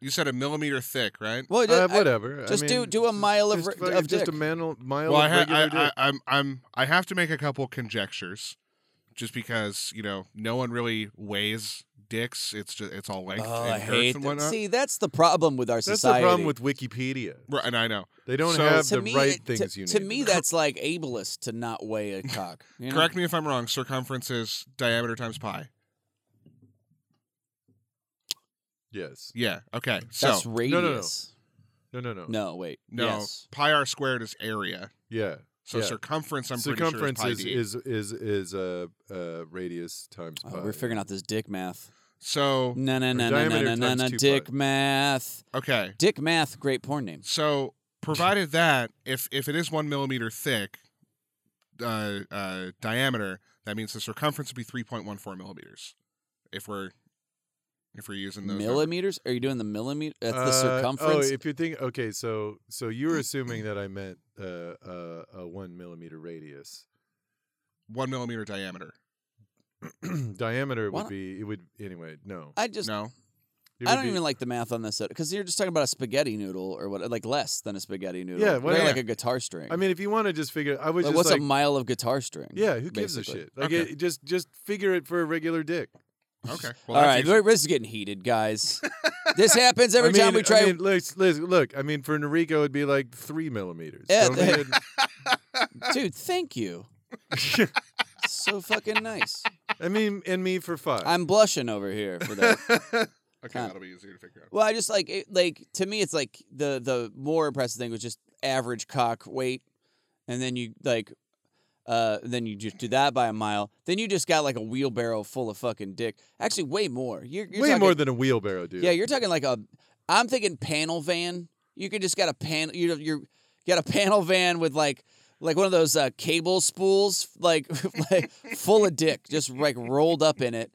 [SPEAKER 4] you said a millimeter thick, right?
[SPEAKER 3] well,
[SPEAKER 5] Uh,
[SPEAKER 3] I-
[SPEAKER 5] whatever. I
[SPEAKER 3] just do
[SPEAKER 5] mean,
[SPEAKER 3] do a mile of
[SPEAKER 5] just,
[SPEAKER 3] r-
[SPEAKER 5] fucking-
[SPEAKER 3] of
[SPEAKER 5] just a
[SPEAKER 3] dick.
[SPEAKER 5] mile mile
[SPEAKER 4] well, I,
[SPEAKER 5] of
[SPEAKER 4] ha-
[SPEAKER 5] regular
[SPEAKER 4] I, I,
[SPEAKER 5] dick.
[SPEAKER 4] I'm, I'm, I have to make a couple conjectures just because you know no one really weighs dicks. It's just it's all length
[SPEAKER 3] Oh, I
[SPEAKER 4] and girth
[SPEAKER 3] hate
[SPEAKER 4] and
[SPEAKER 3] that.
[SPEAKER 4] whatnot.
[SPEAKER 3] See, that's the problem with our
[SPEAKER 5] That's
[SPEAKER 3] society.
[SPEAKER 5] the problem with Wikipedia.
[SPEAKER 4] Right, and I know.
[SPEAKER 5] They don't
[SPEAKER 4] So-
[SPEAKER 5] have
[SPEAKER 3] to
[SPEAKER 5] the
[SPEAKER 3] me,
[SPEAKER 5] right
[SPEAKER 3] it- to-
[SPEAKER 5] things you need.
[SPEAKER 3] To me, that's like ableist to not weigh a cock. you know?
[SPEAKER 4] Correct me if I'm wrong. Circumference is diameter times pi.
[SPEAKER 5] yes.
[SPEAKER 4] Yeah. Okay. So
[SPEAKER 3] That's radius.
[SPEAKER 5] no, no. No, no, no.
[SPEAKER 3] No, wait.
[SPEAKER 4] no,
[SPEAKER 3] Yes.
[SPEAKER 4] pi r squared is area.
[SPEAKER 5] Yeah.
[SPEAKER 4] So
[SPEAKER 5] yeah.
[SPEAKER 4] circumference, I'm
[SPEAKER 5] circumference
[SPEAKER 4] pretty sure is, pi d.
[SPEAKER 5] is, is is is uh, uh, radius times
[SPEAKER 3] Oh,
[SPEAKER 5] pi.
[SPEAKER 3] we're figuring out this dick math.
[SPEAKER 4] So
[SPEAKER 3] No, no, no, no, no,
[SPEAKER 5] diameter
[SPEAKER 3] no, no,
[SPEAKER 5] times
[SPEAKER 3] no.
[SPEAKER 5] two
[SPEAKER 3] Dick
[SPEAKER 5] pi.
[SPEAKER 3] math.
[SPEAKER 4] okay.
[SPEAKER 3] Dick math. Great porn name.
[SPEAKER 4] So provided that if if it is one millimeter thick, uh, uh, diameter, that means the circumference would be 3.14 millimeters. If we're if we're using those numbers.
[SPEAKER 3] Millimeters? Are you doing the millimeter? That's the
[SPEAKER 5] Uh,
[SPEAKER 3] circumference. Mm.
[SPEAKER 5] Oh, if you're thinking, okay, so so you were assuming that I meant uh, uh, a one millimeter radius.
[SPEAKER 4] one millimeter diameter.
[SPEAKER 5] Diameter
[SPEAKER 3] Why
[SPEAKER 5] would
[SPEAKER 3] not-
[SPEAKER 5] be it would anyway. No,
[SPEAKER 3] I just
[SPEAKER 4] no,
[SPEAKER 5] It
[SPEAKER 3] I
[SPEAKER 5] would
[SPEAKER 3] don't
[SPEAKER 5] be-
[SPEAKER 3] even like the math on this because you're just talking about a spaghetti noodle or what, like less than a spaghetti noodle.
[SPEAKER 5] Yeah, why
[SPEAKER 3] They're
[SPEAKER 5] not?
[SPEAKER 3] like a guitar string.
[SPEAKER 5] I mean, if you want to just figure, I would
[SPEAKER 3] Like,
[SPEAKER 5] just
[SPEAKER 3] what's
[SPEAKER 5] like,
[SPEAKER 3] a mile of guitar string?
[SPEAKER 5] yeah. Who gives
[SPEAKER 3] basically?
[SPEAKER 5] a shit? Like,
[SPEAKER 4] Okay.
[SPEAKER 5] it, just just figure it for a regular dick.
[SPEAKER 4] okay. Well,
[SPEAKER 3] All
[SPEAKER 4] that's
[SPEAKER 3] right,
[SPEAKER 4] easy.
[SPEAKER 3] this is getting heated, guys. this happens every
[SPEAKER 5] I mean,
[SPEAKER 3] time we try.
[SPEAKER 5] I mean, let's- let's- look, I mean, for Noriko, it'd be like three millimeters.
[SPEAKER 3] Yeah,
[SPEAKER 5] Don't need it-
[SPEAKER 3] Dude, thank you. so fucking nice.
[SPEAKER 5] I mean, and me for five.
[SPEAKER 3] I'm blushing over here for that.
[SPEAKER 4] okay,
[SPEAKER 3] Huh.
[SPEAKER 4] that'll be easier to figure out.
[SPEAKER 3] Well, I just like it, like to me, it's like the the more impressive thing was just average cock weight, and then you like, uh, then you just do that by a mile. Then you just got like a wheelbarrow full of fucking dick. Actually, way more. You're, you're
[SPEAKER 5] Way
[SPEAKER 3] talking,
[SPEAKER 5] more than a wheelbarrow, dude.
[SPEAKER 3] Yeah, you're talking like a. I'm thinking panel van. You could just got a panel. You you got a panel van with like like one of those uh, cable spools, like like full of dick, just like rolled up in it.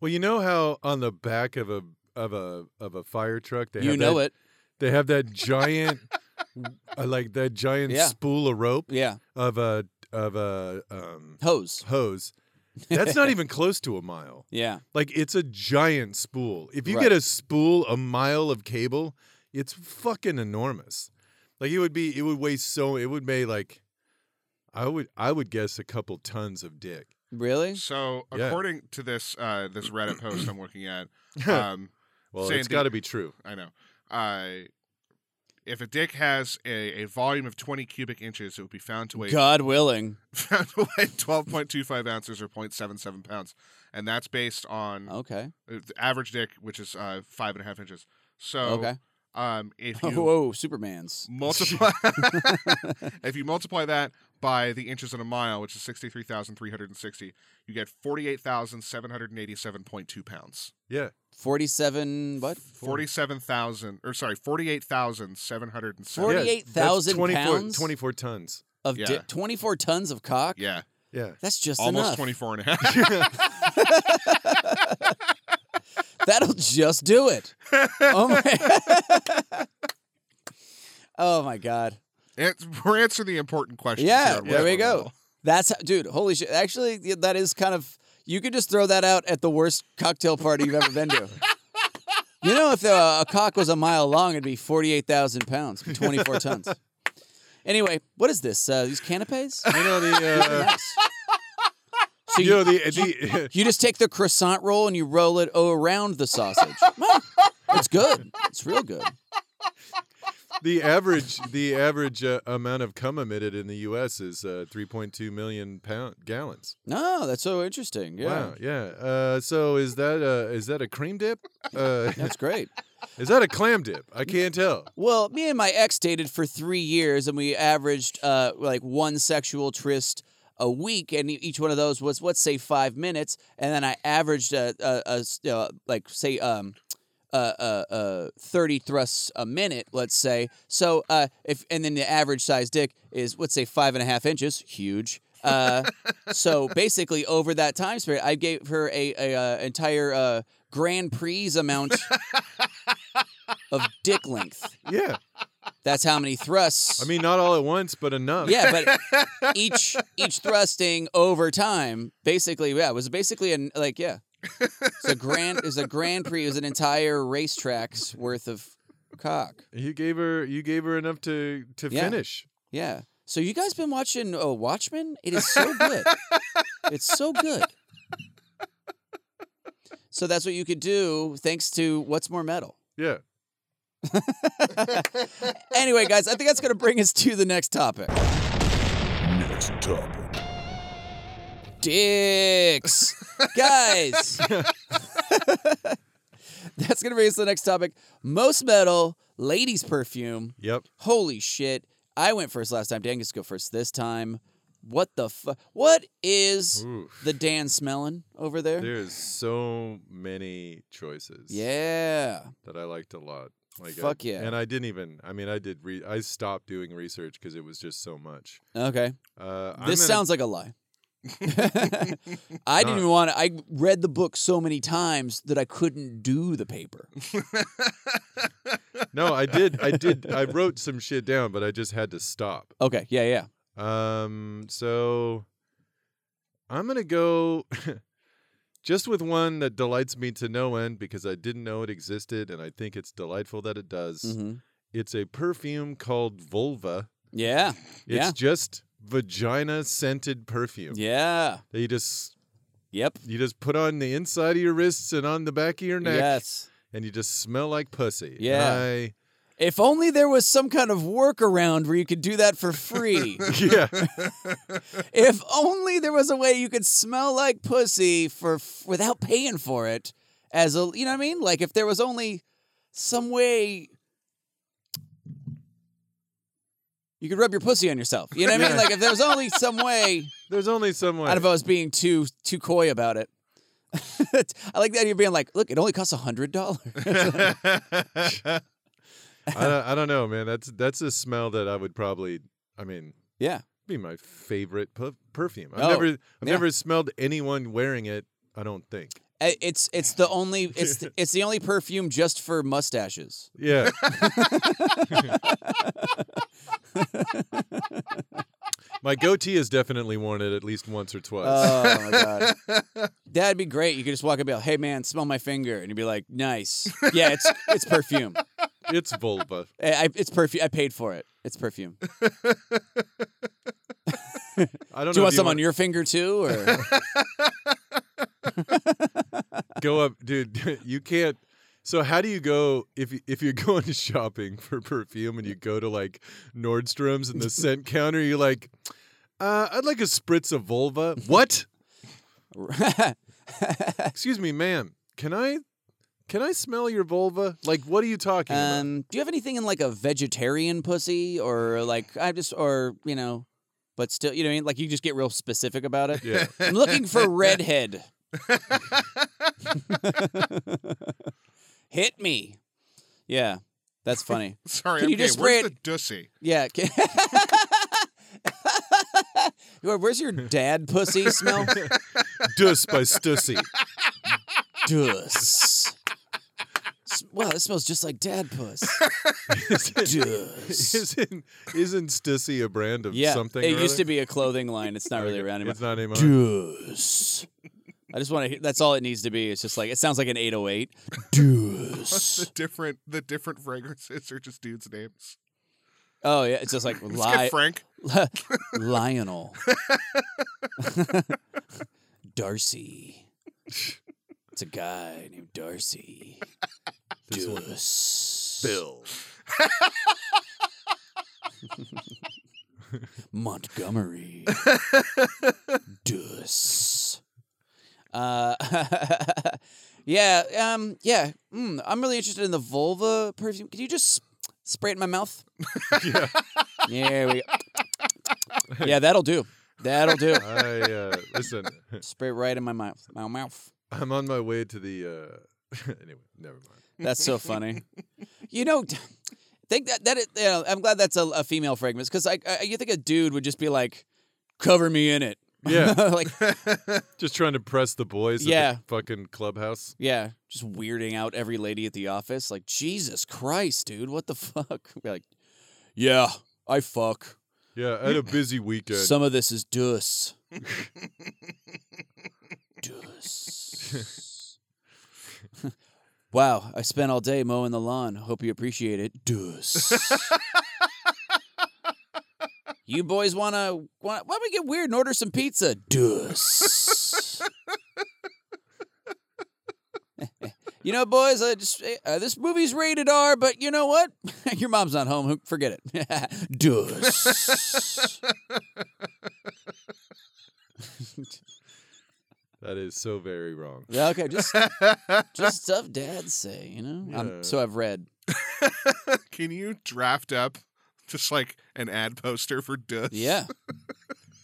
[SPEAKER 5] Well, you know how on the back of a of a of a fire truck they
[SPEAKER 3] you
[SPEAKER 5] have
[SPEAKER 3] know
[SPEAKER 5] that,
[SPEAKER 3] it.
[SPEAKER 5] they have that giant uh, like that giant
[SPEAKER 3] Yeah.
[SPEAKER 5] spool of rope
[SPEAKER 3] Yeah,
[SPEAKER 5] of a of a um,
[SPEAKER 3] hose.
[SPEAKER 5] hose. That's not even close to a mile.
[SPEAKER 3] Yeah.
[SPEAKER 5] Like it's a giant spool. If you
[SPEAKER 3] Right.
[SPEAKER 5] get a spool a mile of cable, it's fucking enormous. Like it would be it would weigh so it would weigh like I would I would guess a couple tons of dick.
[SPEAKER 3] Really?
[SPEAKER 4] So
[SPEAKER 5] Yeah.
[SPEAKER 4] according to this uh, this Reddit post I'm looking at, um,
[SPEAKER 5] well,
[SPEAKER 4] Saying
[SPEAKER 5] it's
[SPEAKER 4] that-
[SPEAKER 5] got to be true.
[SPEAKER 4] I know. Uh, if a dick has a, a volume of 20 cubic inches, it would be found to weigh
[SPEAKER 3] God willing.
[SPEAKER 4] found to weigh 12.25 ounces or 0.77 pounds, and that's based on
[SPEAKER 3] Okay.
[SPEAKER 4] uh, the average dick, which is uh, five and a half inches. So,
[SPEAKER 3] okay.
[SPEAKER 4] um, if you
[SPEAKER 3] Whoa, Superman's.
[SPEAKER 4] multiply if you multiply that by the inches in a mile, which is 63,360, you get 48,787.2 pounds.
[SPEAKER 5] Yeah.
[SPEAKER 3] 47, what?
[SPEAKER 4] 47,000 or sorry, 48,707.
[SPEAKER 5] Yeah, that's
[SPEAKER 3] 48,000
[SPEAKER 5] 24
[SPEAKER 3] pounds?
[SPEAKER 5] 24 tons.
[SPEAKER 3] Of
[SPEAKER 4] Yeah.
[SPEAKER 3] di- 24 tons of cock?
[SPEAKER 4] Yeah,
[SPEAKER 5] Yeah.
[SPEAKER 3] That's just
[SPEAKER 4] almost
[SPEAKER 3] enough.
[SPEAKER 4] 24 and a half.
[SPEAKER 3] That'll just do it. Oh my. oh my God.
[SPEAKER 4] It's- We're answering the important questions.
[SPEAKER 3] Yeah,
[SPEAKER 4] here on
[SPEAKER 3] there we
[SPEAKER 4] Westworld
[SPEAKER 3] go.
[SPEAKER 4] Level.
[SPEAKER 3] That's, dude, holy shit. Actually, yeah, that is kind of, you could just throw that out at the worst cocktail party you've ever been to. You know, if uh, a cock was a mile long, it'd be 48,000 pounds, 24 tons. Anyway, what is this? Uh, these canapes?
[SPEAKER 5] You know the uh,
[SPEAKER 3] Nice. So
[SPEAKER 5] you
[SPEAKER 3] you,
[SPEAKER 5] know the, the
[SPEAKER 3] you just take the croissant roll and you roll it around the sausage. it's good. It's real good.
[SPEAKER 5] the average the average uh, amount of cum emitted in the U.S. is uh, 3.2 million pound gallons.
[SPEAKER 3] No, that's so interesting. Yeah.
[SPEAKER 5] Wow, yeah. Uh, so is that a, is that a cream dip? Uh,
[SPEAKER 3] That's great.
[SPEAKER 5] is that a clam dip? I can't tell.
[SPEAKER 3] Well, me and my ex dated for three years, and we averaged uh, like one sexual tryst a week, and e- each one of those was let's say five minutes, and then I averaged a, a, a s- uh, like say um. Uh, uh, uh, thirty thrusts a minute, let's say. So, uh, if and then the average size dick is let's say five and a half inches, huge. Uh, so basically, over that time span, I gave her a, a uh, entire uh, Grand Prix amount of dick length.
[SPEAKER 5] Yeah,
[SPEAKER 3] That's how many thrusts.
[SPEAKER 5] I mean not all at once, but enough.
[SPEAKER 3] yeah, but each each thrusting over time, basically, yeah, it was basically an like yeah, it's a grand is a grand prix, it was an entire racetrack's worth of cock.
[SPEAKER 5] you gave her you gave her enough to to
[SPEAKER 3] Yeah.
[SPEAKER 5] finish.
[SPEAKER 3] oh, Yeah. So you guys been watching uh, Watchmen? It is so good. It's so good. so that's what you could do thanks to What's More Metal.
[SPEAKER 5] Yeah.
[SPEAKER 3] Anyway, guys, I think that's going to bring us to the next topic.
[SPEAKER 2] Next topic.
[SPEAKER 3] dicks. Guys. That's going to bring us to the next topic. Most metal, ladies' perfume.
[SPEAKER 5] Yep.
[SPEAKER 3] Holy shit. I went first last time. Dan gets to go first this time. What the fuck? What is
[SPEAKER 5] Oof.
[SPEAKER 3] the Dan smelling over there?
[SPEAKER 5] There's so many choices.
[SPEAKER 3] Yeah.
[SPEAKER 5] That I liked a lot. Like I-
[SPEAKER 3] Fuck yeah.
[SPEAKER 5] And I didn't even. I mean, I did. Re- I stopped doing research because it was just so much.
[SPEAKER 3] Okay.
[SPEAKER 5] Uh, I'm
[SPEAKER 3] This
[SPEAKER 5] gonna-
[SPEAKER 3] sounds like a lie. I didn't
[SPEAKER 5] Not-
[SPEAKER 3] even want to. I read the book so many times that I couldn't do the paper.
[SPEAKER 5] No, I did. I did. I wrote some shit down, but I just had to stop.
[SPEAKER 3] Okay. Yeah. Yeah.
[SPEAKER 5] Um, so I'm gonna go just with one that delights me to no end because I didn't know it existed, and I think it's delightful that it does.
[SPEAKER 3] Mhm.
[SPEAKER 5] It's a perfume called Vulva.
[SPEAKER 3] Yeah.
[SPEAKER 5] It's
[SPEAKER 3] Yeah.
[SPEAKER 5] just vagina scented perfume
[SPEAKER 3] Yeah.
[SPEAKER 5] that you just
[SPEAKER 3] Yep.
[SPEAKER 5] you just put on the inside of your wrists and on the back of your neck,
[SPEAKER 3] Yes.
[SPEAKER 5] and you just smell like pussy. And
[SPEAKER 3] Yeah.
[SPEAKER 5] I-
[SPEAKER 3] If only there was some kind of workaround where you could do that for free.
[SPEAKER 5] yeah.
[SPEAKER 3] if only there was a way you could smell like pussy for f- without paying for it as a you know what I mean? Like if there was only some way you could rub your pussy on yourself. You know what I mean?
[SPEAKER 5] Yeah.
[SPEAKER 3] Like if there was only some way
[SPEAKER 5] There's only someone.
[SPEAKER 3] I don't know if I was being too too coy about it. I like the idea of being like, look, it only costs a hundred dollars.
[SPEAKER 5] I don't, I don't know, man. That's that's a smell that I would probably. I mean,
[SPEAKER 3] Yeah.
[SPEAKER 5] be my favorite pu- perfume. I've
[SPEAKER 3] Oh,
[SPEAKER 5] never, I've
[SPEAKER 3] yeah.
[SPEAKER 5] never smelled anyone wearing it. I don't think.
[SPEAKER 3] I- It's it's the only it's the, it's the only perfume just for mustaches.
[SPEAKER 5] Yeah. my goatee has definitely worn it at least once or twice.
[SPEAKER 3] Oh my god, that'd be great. You could just walk up and be like, "Hey man, smell my finger," and you'd be like, "Nice, yeah, it's it's perfume.
[SPEAKER 5] it's vulva.
[SPEAKER 3] I, I- it's perfume. I paid for it. It's perfume. Do
[SPEAKER 5] I don't
[SPEAKER 3] you
[SPEAKER 5] know.
[SPEAKER 3] want
[SPEAKER 5] if
[SPEAKER 3] some on your finger too, or
[SPEAKER 5] go up, dude. You can't. So how do you go if you- if you're going shopping for perfume and you go to like Nordstrom's and the scent counter? You're like, uh, I'd like a spritz of vulva. What? Excuse me, ma'am. Can I can I smell your vulva? Like, what are you talking about?
[SPEAKER 3] um, do you have anything in like a vegetarian pussy, or like I just or you know, but still, you know, what I mean? like you just get real specific about it.
[SPEAKER 5] Yeah.
[SPEAKER 3] I'm looking for redhead. Hit me. Yeah, that's funny.
[SPEAKER 4] Sorry,
[SPEAKER 3] Can
[SPEAKER 4] I'm
[SPEAKER 3] you just
[SPEAKER 4] gay. Where's
[SPEAKER 3] spray it-
[SPEAKER 4] the dussy?
[SPEAKER 3] Yeah. ca- Where- Where's your dad pussy smell?
[SPEAKER 5] Dus by Stussy.
[SPEAKER 3] Dus. S- Wow, this smells just like dad puss. Dus.
[SPEAKER 5] isn't isn't Stussy a brand of
[SPEAKER 3] Yeah,
[SPEAKER 5] something?
[SPEAKER 3] it used to be a clothing line. It's not really around anymore.
[SPEAKER 5] It's not anymore.
[SPEAKER 3] Dus. I just want to. That's all it needs to be. It's just like it sounds like an 808. Dus.
[SPEAKER 4] the different the different fragrances are just dudes' names.
[SPEAKER 3] Oh yeah, it's just like
[SPEAKER 4] Let's get
[SPEAKER 3] li-
[SPEAKER 4] Frank.
[SPEAKER 3] Lionel, Darcy. It's a guy named Darcy.
[SPEAKER 5] This one.
[SPEAKER 3] Dus.
[SPEAKER 5] Bill.
[SPEAKER 3] Montgomery. Dus. Uh, yeah, um, yeah. Mm, I'm really interested in the vulva perfume. Could you just spray it in my mouth?
[SPEAKER 5] Yeah.
[SPEAKER 3] Yeah, we yeah, that'll do. That'll do.
[SPEAKER 5] I uh, listen.
[SPEAKER 3] Spray it right in my mouth. My mouth.
[SPEAKER 5] I'm on my way to the. uh Anyway, never mind.
[SPEAKER 3] That's so funny. you know, think that that is, you know, I'm glad that's a, a female fragrance because I, I you think a dude would just be like, cover me in it.
[SPEAKER 5] Yeah,
[SPEAKER 3] like
[SPEAKER 5] just trying to press the boys.
[SPEAKER 3] Yeah.
[SPEAKER 5] At the fucking clubhouse.
[SPEAKER 3] yeah, just weirding out every lady at the office. Like Jesus Christ, dude, what the fuck? Be like, yeah, I fuck.
[SPEAKER 5] Yeah, I had a busy weekend.
[SPEAKER 3] Some of this is dus. dus. wow, I spent all day mowing the lawn. Hope you appreciate it. Dus. You boys wanna, wanna why don't we get weird and order some pizza? Dus. you know, boys, I just uh, this movie's rated R, but you know what? Your mom's not home. who- Forget it. Dus.
[SPEAKER 5] That is so very wrong.
[SPEAKER 3] yeah, okay, just just stuff dads say, you know.
[SPEAKER 5] Yeah.
[SPEAKER 3] Um, so I've read.
[SPEAKER 4] Can you draft up just like an ad poster for Dus?
[SPEAKER 3] Yeah.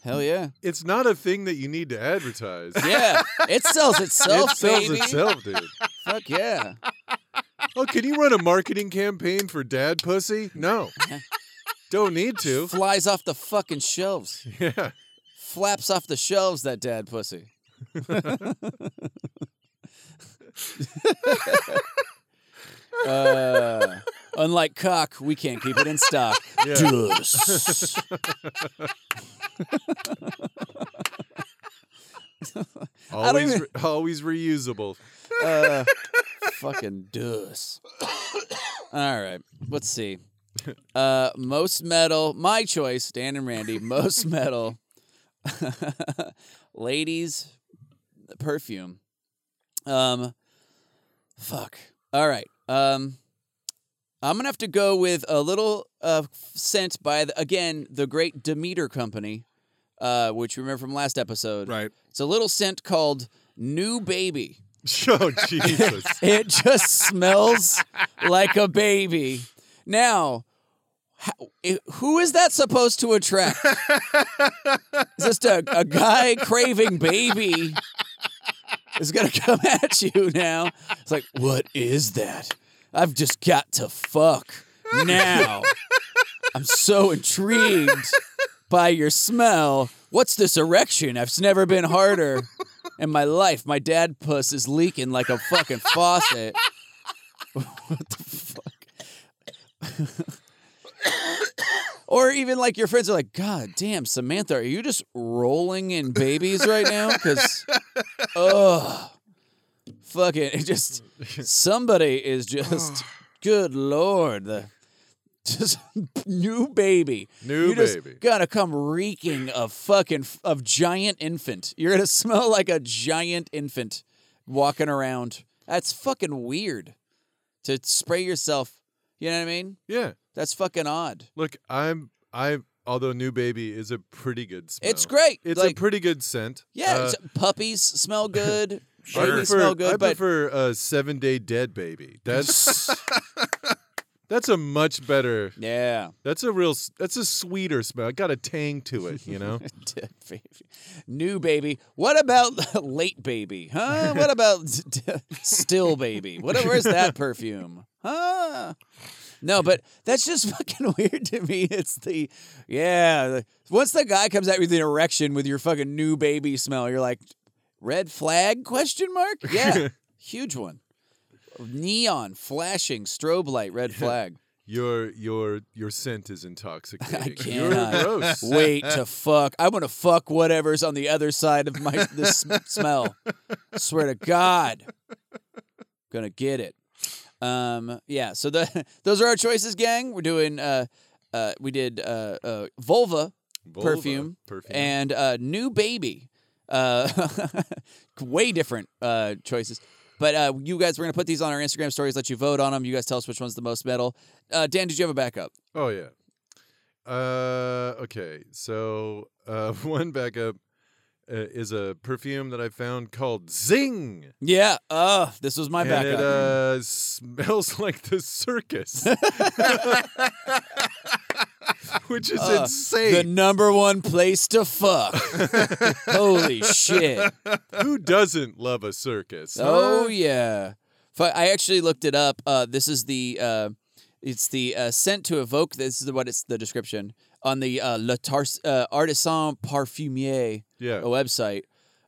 [SPEAKER 3] Hell yeah.
[SPEAKER 5] It's not a thing that you need to advertise.
[SPEAKER 3] Yeah. It sells itself,
[SPEAKER 5] it sells
[SPEAKER 3] baby.
[SPEAKER 5] itself, dude.
[SPEAKER 3] Fuck yeah.
[SPEAKER 5] Oh, can you run a marketing campaign for dad pussy? No. Don't need to.
[SPEAKER 3] Flies off the fucking shelves.
[SPEAKER 5] Yeah.
[SPEAKER 3] Flaps off the shelves, that dad pussy. uh, unlike cock, we can't keep it in stock.
[SPEAKER 5] Yeah.
[SPEAKER 3] Dus. I don't
[SPEAKER 5] Always
[SPEAKER 3] even-
[SPEAKER 5] re- always reusable.
[SPEAKER 3] Uh, fucking dus. All right, let's see. Uh, most metal, my choice, Dan and Randy. Most metal, ladies, perfume. Um, fuck. All right. Um, I'm gonna have to go with a little uh, scent by the, again the great Demeter Company, uh, which you remember from last episode.
[SPEAKER 4] Right.
[SPEAKER 3] It's a little scent called New Baby.
[SPEAKER 5] Oh Jesus.
[SPEAKER 3] It just smells like a baby. Now, how, i- who is that supposed to attract? Is this a, a guy craving baby is going to come at you now? It's like, what is that? I've just got to fuck now. I'm so intrigued by your smell. What's this erection? I've never been harder in my life. My dad puss is leaking like a fucking faucet. what the fuck? or even like your friends are like, God damn, Samantha, are you just rolling in babies right now? Because, ugh, fucking, it just somebody is just, good lord, the just new baby
[SPEAKER 5] New
[SPEAKER 3] you just
[SPEAKER 5] baby.
[SPEAKER 3] gotta come reeking of fucking of giant infant. You're gonna smell like a giant infant walking around. That's fucking weird to spray yourself. You know what I mean?
[SPEAKER 5] Yeah.
[SPEAKER 3] That's fucking odd.
[SPEAKER 5] Look, I'm I although new baby is a pretty good smell.
[SPEAKER 3] It's great.
[SPEAKER 5] It's
[SPEAKER 3] like
[SPEAKER 5] a pretty good scent.
[SPEAKER 3] yeah,
[SPEAKER 5] Uh,
[SPEAKER 3] it's- puppies smell good.
[SPEAKER 5] I
[SPEAKER 4] Sure.
[SPEAKER 3] Babies
[SPEAKER 5] prefer,
[SPEAKER 3] smell good,
[SPEAKER 5] I
[SPEAKER 3] but
[SPEAKER 5] prefer a seven day dead baby. That's that's a much better.
[SPEAKER 3] yeah.
[SPEAKER 5] That's a real. s- That's a sweeter smell. It got a tang to it. You know.
[SPEAKER 3] Dead baby. New baby. What about late baby? Huh? What about d- d- still baby? What, where's that perfume? Huh? No, but that's just fucking weird to me. It's the, yeah. the- once the guy comes at you with an erection with your fucking new baby smell, you're like, red flag? Question mark? Yeah. Huge one. Neon, flashing, strobe light, red flag.
[SPEAKER 5] Your your your scent is intoxicating.
[SPEAKER 3] cannot.
[SPEAKER 5] You're gross.
[SPEAKER 3] uh, wait to fuck. I want to fuck whatever's on the other side of my this sm- smell. Swear to God, gonna get it. Um, yeah. So the those are our choices, gang. We're doing. Uh, uh, we did uh, uh, vulva
[SPEAKER 5] Vulva,
[SPEAKER 3] Perfume
[SPEAKER 5] Perfume.
[SPEAKER 3] and uh, new baby. Uh, way different uh, choices. But uh, you guys, we're gonna put these on our Instagram stories. Let you vote on them. You guys tell us which one's the most metal. Uh, Dan, did you have a backup?
[SPEAKER 5] oh yeah. Uh okay. So uh one backup uh, is a perfume that I found called Zing.
[SPEAKER 3] Yeah. Uh, this was my
[SPEAKER 5] and
[SPEAKER 3] backup.
[SPEAKER 5] it uh, smells like the circus, which is
[SPEAKER 3] Uh, the
[SPEAKER 5] insane.
[SPEAKER 3] number one place to fuck. Holy shit!
[SPEAKER 5] Who doesn't love a circus?
[SPEAKER 3] Oh
[SPEAKER 5] huh?
[SPEAKER 3] yeah. Fu- I actually looked it up. Uh, this is the uh, it's the uh, scent to evoke. This is what it's the description on the uh, Le Tars- uh, Artisan Parfumier
[SPEAKER 5] yeah.
[SPEAKER 3] a website.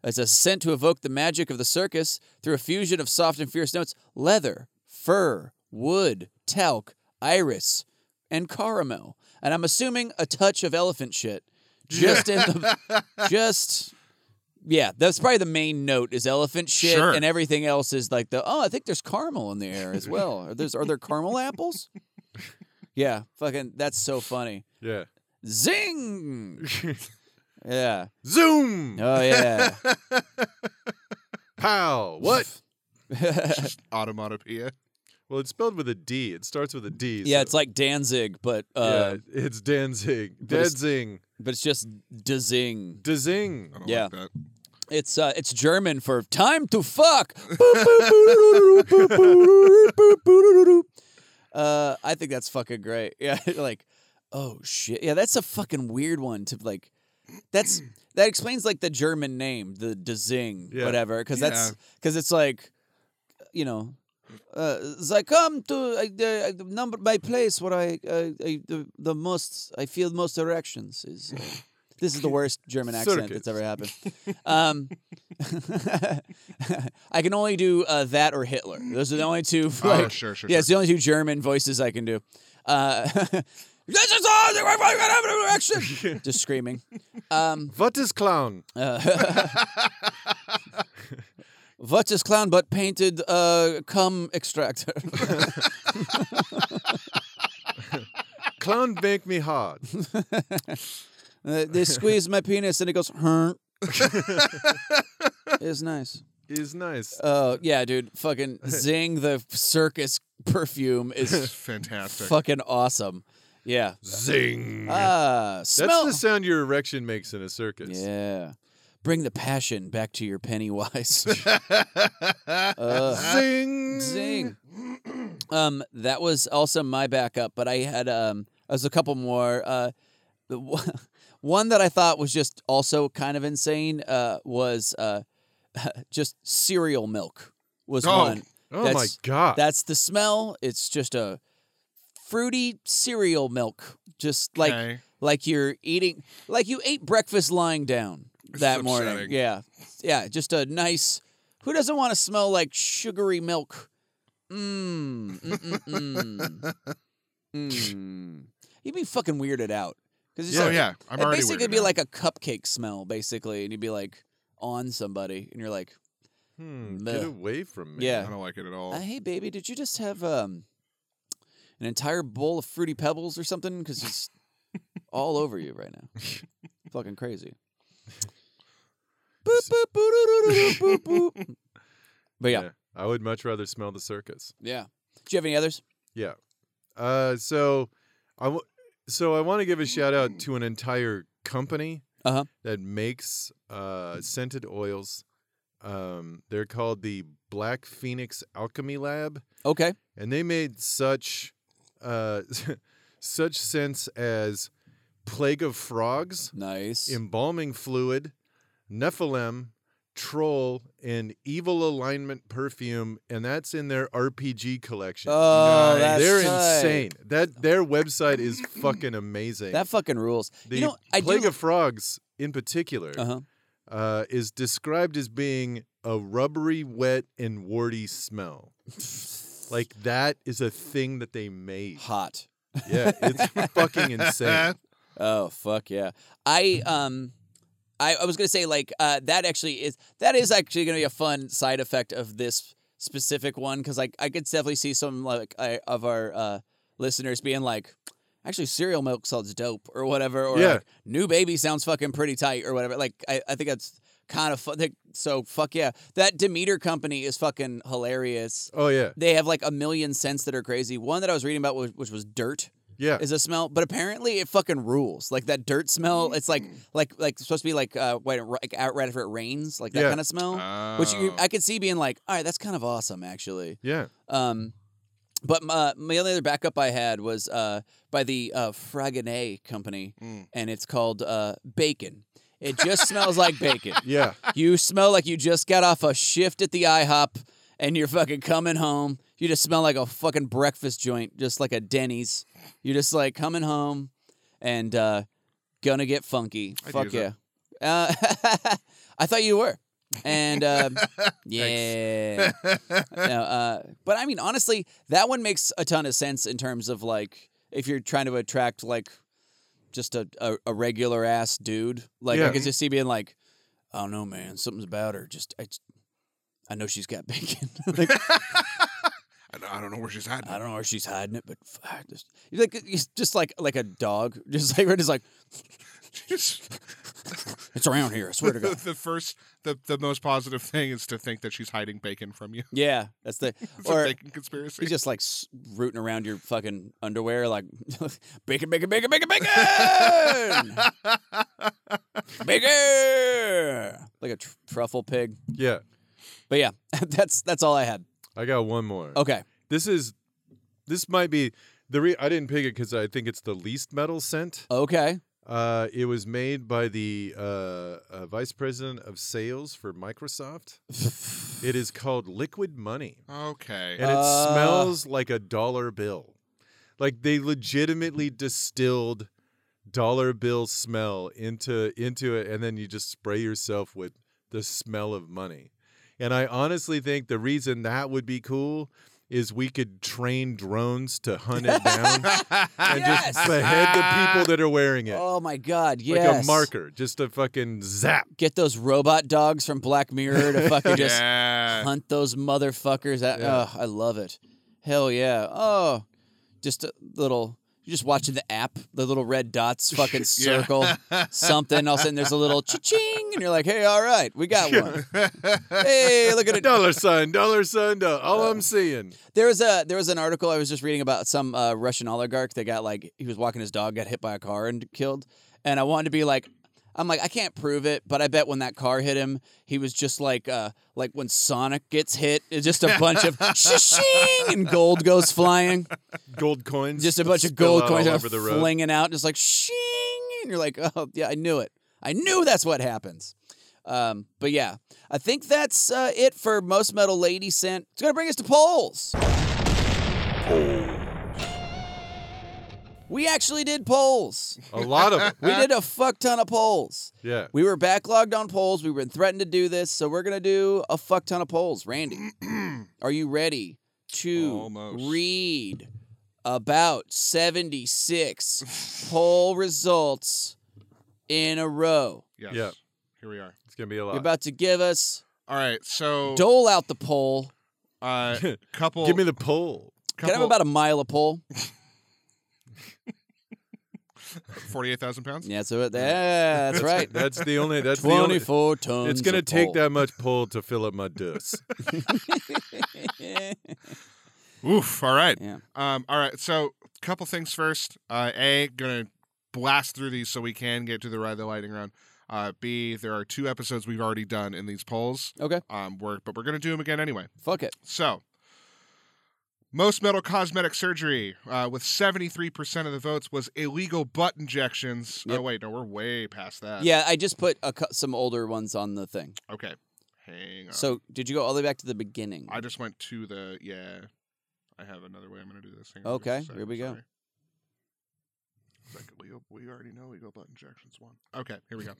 [SPEAKER 3] It's a scent to evoke the magic of the circus through a fusion of soft and fierce notes: leather, fur, wood, talc, iris, and caramel. And I'm assuming a touch of elephant shit, just in the, just yeah. That's probably the main note is elephant shit,
[SPEAKER 4] Sure.
[SPEAKER 3] and everything else is like the oh, I think there's caramel in the air as well. Are there's are there caramel apples? Yeah, fucking, that's so funny.
[SPEAKER 5] yeah.
[SPEAKER 3] Zing! Yeah.
[SPEAKER 5] Zoom.
[SPEAKER 3] Oh yeah.
[SPEAKER 5] Pow. What?
[SPEAKER 4] Just automatopoeia.
[SPEAKER 5] Well, it's spelled with a D. It starts with a D.
[SPEAKER 3] yeah,
[SPEAKER 5] so-
[SPEAKER 3] it's like Danzig, but uh,
[SPEAKER 5] yeah, it's Danzig.
[SPEAKER 3] but it's-
[SPEAKER 5] Danzig.
[SPEAKER 3] but it's just Dzing.
[SPEAKER 5] Dazing.
[SPEAKER 4] I don't
[SPEAKER 3] Yeah.
[SPEAKER 4] like that.
[SPEAKER 3] It's uh, it's German for time to fuck. uh, I think that's fucking great. Yeah, like, oh shit. Yeah, that's a fucking weird one to like. That's that explains like the German name, the Dzing,
[SPEAKER 5] Yeah.
[SPEAKER 3] whatever, because that's because it's like, you know. Uh, I come to uh, the uh, the number my place where I, uh, I the, the most I feel most erections is. Uh, this is the worst German accent that's
[SPEAKER 5] Circus.
[SPEAKER 3] ever happened. Um, I can only do uh, that or Hitler. Those are the only two.
[SPEAKER 4] oh,
[SPEAKER 3] like-
[SPEAKER 4] sure, sure.
[SPEAKER 3] yeah,
[SPEAKER 4] sure.
[SPEAKER 3] it's the only two German voices I can do. Uh, this is all the- we're gonna have an erection! Just screaming. Um,
[SPEAKER 5] What is clown?
[SPEAKER 3] uh, what is clown but painted uh, cum Uh, extractor?
[SPEAKER 5] Clown make me hard.
[SPEAKER 3] Uh, they squeeze my penis and it goes. it's nice.
[SPEAKER 5] Is nice.
[SPEAKER 3] Oh yeah, dude! Fucking zing the circus perfume
[SPEAKER 4] It's
[SPEAKER 3] is
[SPEAKER 4] fantastic.
[SPEAKER 3] fucking awesome. Yeah.
[SPEAKER 5] Zing.
[SPEAKER 3] Ah,
[SPEAKER 5] That's
[SPEAKER 3] smell.
[SPEAKER 5] the sound your erection makes in a circus.
[SPEAKER 3] yeah. Bring the passion back to your Pennywise. Ugh.
[SPEAKER 5] Zing.
[SPEAKER 3] zing. Um, that was also my backup, but I had um, I was a couple more. Uh, the one- one that I thought was just also kind of insane uh, was uh, just cereal milk was
[SPEAKER 4] Oh.
[SPEAKER 3] one.
[SPEAKER 5] Oh my
[SPEAKER 3] That's-
[SPEAKER 5] god.
[SPEAKER 3] That's the smell. It's just a fruity cereal milk, just like
[SPEAKER 4] Okay.
[SPEAKER 3] like you're eating, like you ate breakfast lying down that morning.
[SPEAKER 4] upsetting.
[SPEAKER 3] Yeah, yeah, just a nice. Who doesn't want to smell like sugary milk? Mmm. Mm. mm. You'd be fucking weirded out because it's
[SPEAKER 4] So
[SPEAKER 3] like,
[SPEAKER 4] yeah, I'm
[SPEAKER 3] it
[SPEAKER 4] already.
[SPEAKER 3] basically
[SPEAKER 4] weirded
[SPEAKER 3] be
[SPEAKER 4] out.
[SPEAKER 3] like a cupcake smell, basically, and you'd be like on somebody, and you're like,
[SPEAKER 5] Hmm,
[SPEAKER 3] Blech.
[SPEAKER 5] get away from me.
[SPEAKER 3] Yeah.
[SPEAKER 4] I don't like it at all.
[SPEAKER 3] Uh, hey, baby, did you just have um, an entire bowl of fruity pebbles or something? Because it's all over you right now. Fucking crazy. Boop, boop, boop, boop, boop, boop. But yeah, yeah.
[SPEAKER 5] I would much rather smell the circus.
[SPEAKER 3] Do you have any others?
[SPEAKER 5] Uh, so I w- so I want to give a shout out to an entire company
[SPEAKER 3] Uh-huh.
[SPEAKER 5] that makes uh, scented oils. Um, they're called the Black Phoenix Alchemy Lab.
[SPEAKER 3] Okay.
[SPEAKER 5] and they made such uh such sense as plague of frogs
[SPEAKER 3] Nice.
[SPEAKER 5] embalming fluid nephilim troll and evil alignment perfume and that's in their rpg collection
[SPEAKER 3] oh,
[SPEAKER 4] Nice.
[SPEAKER 3] that's
[SPEAKER 5] they're
[SPEAKER 3] tight.
[SPEAKER 5] insane that their website is fucking amazing
[SPEAKER 3] That fucking rules.
[SPEAKER 5] the
[SPEAKER 3] you know, I do.
[SPEAKER 5] plague of frogs in particular
[SPEAKER 3] uh-huh.
[SPEAKER 5] uh, is described as being a rubbery wet and warty smell like that is a thing that they made
[SPEAKER 3] Hot.
[SPEAKER 5] Yeah, it's fucking insane.
[SPEAKER 3] Oh fuck yeah! I um, I, I was gonna say like uh, that actually is that is actually gonna be a fun side effect of this specific one because like I could definitely see some like I, of our uh, listeners being like, actually cereal milk sounds dope or whatever or
[SPEAKER 5] Yeah.
[SPEAKER 3] like, new baby sounds fucking pretty tight or whatever. Like I, I think that's kind of fun. So fuck yeah, that Demeter company is fucking hilarious.
[SPEAKER 5] Oh yeah,
[SPEAKER 3] They have like a million scents that are crazy. One that I was reading about, was, which was dirt
[SPEAKER 5] yeah.
[SPEAKER 3] is a smell, but apparently it fucking rules. Like that dirt smell, it's
[SPEAKER 4] Mm.
[SPEAKER 3] like like like supposed to be like uh when it, ri- like out right after it rains, like that
[SPEAKER 5] Yeah.
[SPEAKER 3] kind of smell.
[SPEAKER 4] Oh.
[SPEAKER 3] Which you, I could see being like, all right, that's kind of awesome actually.
[SPEAKER 5] yeah.
[SPEAKER 3] Um, but my, my only other backup I had was uh by the uh Fragonnet company,
[SPEAKER 4] Mm.
[SPEAKER 3] and it's called uh bacon. It just smells like bacon.
[SPEAKER 5] Yeah.
[SPEAKER 3] You smell like you just got off a shift at the IHOP and you're fucking coming home. You just smell like a fucking breakfast joint, just like a Denny's. You're just like coming home and uh, gonna get funky.
[SPEAKER 4] I'd
[SPEAKER 3] Fuck
[SPEAKER 4] use
[SPEAKER 3] yeah.
[SPEAKER 4] it.
[SPEAKER 3] Uh, I thought you were. And um, yeah. No, uh, but I mean, honestly, that one makes a ton of sense in terms of like if you're trying to attract like just a, a, a regular ass dude. Like I
[SPEAKER 5] Yeah.
[SPEAKER 3] could just see being like, I don't know, man, something's about her. Just I, I know she's got bacon. Like,
[SPEAKER 4] I know I don't know where she's at.
[SPEAKER 3] I don't know where she's hiding it, but fuck, just he's like he's just like like a dog, just like just like
[SPEAKER 4] Just
[SPEAKER 3] it's around here. I swear to
[SPEAKER 4] the,
[SPEAKER 3] God.
[SPEAKER 4] the first, the, the most positive thing is to think that she's hiding bacon from you.
[SPEAKER 3] Yeah, that's the
[SPEAKER 4] It's a
[SPEAKER 3] or
[SPEAKER 4] bacon conspiracy.
[SPEAKER 3] he's just like s- rooting around your fucking underwear, like bacon, bacon, bacon, bacon, bacon, bacon, like a tr- truffle pig.
[SPEAKER 5] Yeah,
[SPEAKER 3] But yeah, that's that's all I had.
[SPEAKER 5] I got one more.
[SPEAKER 3] Okay,
[SPEAKER 5] This is this might be the re- I didn't pick it because I think it's the least metal scent.
[SPEAKER 3] okay,
[SPEAKER 5] Uh, it was made by the uh, uh, vice president of sales for Microsoft. it is called Liquid Money,
[SPEAKER 4] Oh okay.
[SPEAKER 5] and it
[SPEAKER 3] Uh.
[SPEAKER 5] smells like a dollar bill. Like they legitimately distilled dollar bill smell into into it, and then you just spray yourself with the smell of money. And I honestly think the reason that would be cool is we could train drones to hunt it down and
[SPEAKER 3] Yes!
[SPEAKER 5] just behead the people that are wearing it
[SPEAKER 3] Oh my God, yes.
[SPEAKER 5] like a marker, just a fucking zap.
[SPEAKER 3] Get those robot dogs from Black Mirror to fucking just
[SPEAKER 4] yeah.
[SPEAKER 3] hunt those motherfuckers. That,
[SPEAKER 5] Yeah.
[SPEAKER 3] Ugh, I love it. Hell yeah. Oh, just a little. You're just watching the app, the little red dots fucking circle something. All of a sudden, there's a little cha-ching, and you're like, "Hey, all right, we got one." hey, look at it.
[SPEAKER 5] Dollar sign, dollar sign, dollar. All
[SPEAKER 3] Uh,
[SPEAKER 5] I'm seeing.
[SPEAKER 3] There was a there was an article I was just reading about some uh, Russian oligarch that got like he was walking his dog, got hit by a car and killed. And I wanted to be like, I'm like I can't prove it, but I bet when that car hit him, he was just like uh like when Sonic gets hit, it's just a bunch of shing and gold goes flying,
[SPEAKER 5] Gold coins.
[SPEAKER 3] just a bunch of
[SPEAKER 5] spill
[SPEAKER 3] gold
[SPEAKER 5] out
[SPEAKER 3] coins
[SPEAKER 5] all
[SPEAKER 3] are
[SPEAKER 5] over the road.
[SPEAKER 3] flinging out, just like shing, and you're like, oh yeah, I knew it, I knew that's what happens. Um, but yeah, I think that's uh, it for most metal lady scent. It's gonna bring us to polls. We actually did polls.
[SPEAKER 5] A lot of them.
[SPEAKER 3] We did a fuck ton of polls.
[SPEAKER 5] Yeah.
[SPEAKER 3] We were backlogged on polls. We've been threatened to do this, so we're gonna do a fuck ton of polls. Randy, are you ready to
[SPEAKER 4] Almost.
[SPEAKER 3] read about seventy-six poll results in a row?
[SPEAKER 4] yes.
[SPEAKER 5] Yeah.
[SPEAKER 4] Here we are.
[SPEAKER 5] It's gonna be a lot.
[SPEAKER 3] You're about to give us
[SPEAKER 4] All right. So,
[SPEAKER 3] dole out the poll.
[SPEAKER 4] uh, couple.
[SPEAKER 5] Give me the poll.
[SPEAKER 3] Can I have
[SPEAKER 4] couple-
[SPEAKER 3] about a mile of poll?
[SPEAKER 4] 48,000 pounds?
[SPEAKER 3] Yeah, so that- yeah, that's right.
[SPEAKER 5] That's the only. That's the only.
[SPEAKER 3] Twenty-four tons.
[SPEAKER 5] It's gonna
[SPEAKER 3] of
[SPEAKER 5] take
[SPEAKER 3] poll.
[SPEAKER 5] that much poll to fill up my dust.
[SPEAKER 4] Oof. All right.
[SPEAKER 3] yeah.
[SPEAKER 4] Um, all right. So, couple things first. Uh, a, gonna blast through these so we can get to the ride the lightning round. Uh, B, there are two episodes we've already done in these polls.
[SPEAKER 3] Okay.
[SPEAKER 4] Um, we're, but we're gonna do them again anyway.
[SPEAKER 3] Fuck it.
[SPEAKER 4] So, most metal cosmetic surgery uh, with 73% of the votes was illegal butt injections.
[SPEAKER 3] Yep.
[SPEAKER 4] Oh, wait, no, we're way past
[SPEAKER 5] Uh,
[SPEAKER 4] that.
[SPEAKER 3] Yeah, I just put a, cou- some older ones on the thing.
[SPEAKER 4] Okay. Hang on.
[SPEAKER 3] So did you go all the way back to the beginning?
[SPEAKER 4] I just went to the, yeah, I have another way I'm going to do this. Hang on just a
[SPEAKER 3] Okay,
[SPEAKER 4] second,
[SPEAKER 3] here we go.
[SPEAKER 4] sorry. Second, legal- We already know legal butt injections one. Okay, here we go.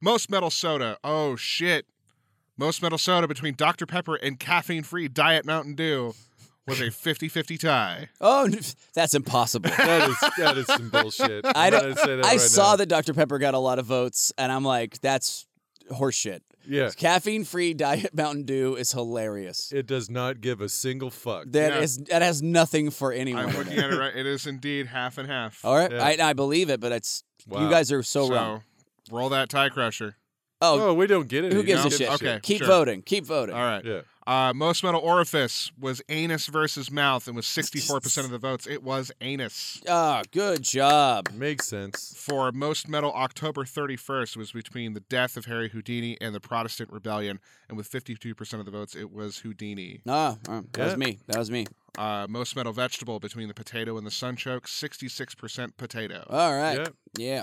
[SPEAKER 4] Most metal soda. Oh, shit. Most metal soda between Dr. Pepper and caffeine free Diet Mountain Dew was a 50 50 tie.
[SPEAKER 3] oh, that's impossible.
[SPEAKER 5] That is that is some bullshit.
[SPEAKER 3] I
[SPEAKER 5] I'm
[SPEAKER 3] don't-
[SPEAKER 5] gonna say that
[SPEAKER 3] I
[SPEAKER 5] right
[SPEAKER 3] saw
[SPEAKER 5] now.
[SPEAKER 3] that Dr Pepper got a lot of votes, and I'm like, that's horseshit.
[SPEAKER 5] Yeah.
[SPEAKER 3] Caffeine-free diet Mountain Dew is hilarious.
[SPEAKER 5] It does not give a single fuck.
[SPEAKER 3] That
[SPEAKER 4] Yeah.
[SPEAKER 3] is that has nothing for anyone.
[SPEAKER 4] I'm
[SPEAKER 3] in
[SPEAKER 4] looking
[SPEAKER 3] it.
[SPEAKER 4] at it right. It is indeed half and half.
[SPEAKER 3] All right,
[SPEAKER 5] Yeah.
[SPEAKER 3] I, I believe it, but it's you
[SPEAKER 5] Wow.
[SPEAKER 3] guys are so, wrong.
[SPEAKER 4] roll that tie crusher.
[SPEAKER 3] Oh,
[SPEAKER 5] Oh, we don't get it.
[SPEAKER 3] who
[SPEAKER 5] You
[SPEAKER 3] gives a
[SPEAKER 5] don't
[SPEAKER 3] shit?
[SPEAKER 5] give
[SPEAKER 4] Okay.
[SPEAKER 3] keep
[SPEAKER 4] sure.
[SPEAKER 3] voting, keep voting.
[SPEAKER 4] All right.
[SPEAKER 5] Yeah.
[SPEAKER 4] Uh, most metal orifice was anus versus mouth and was 64% of the votes. It was anus.
[SPEAKER 3] Ah, good job.
[SPEAKER 5] Makes sense.
[SPEAKER 4] For most metal, October 31st was between the death of Harry Houdini and the Protestant Rebellion, and with 52% of the votes, it was Houdini.
[SPEAKER 3] Ah, all right, that was
[SPEAKER 5] Yeah.
[SPEAKER 3] me. That was me.
[SPEAKER 4] Uh, most metal vegetable between the potato and the sunchoke, 66% potato.
[SPEAKER 3] All right. Yeah.
[SPEAKER 5] Yeah.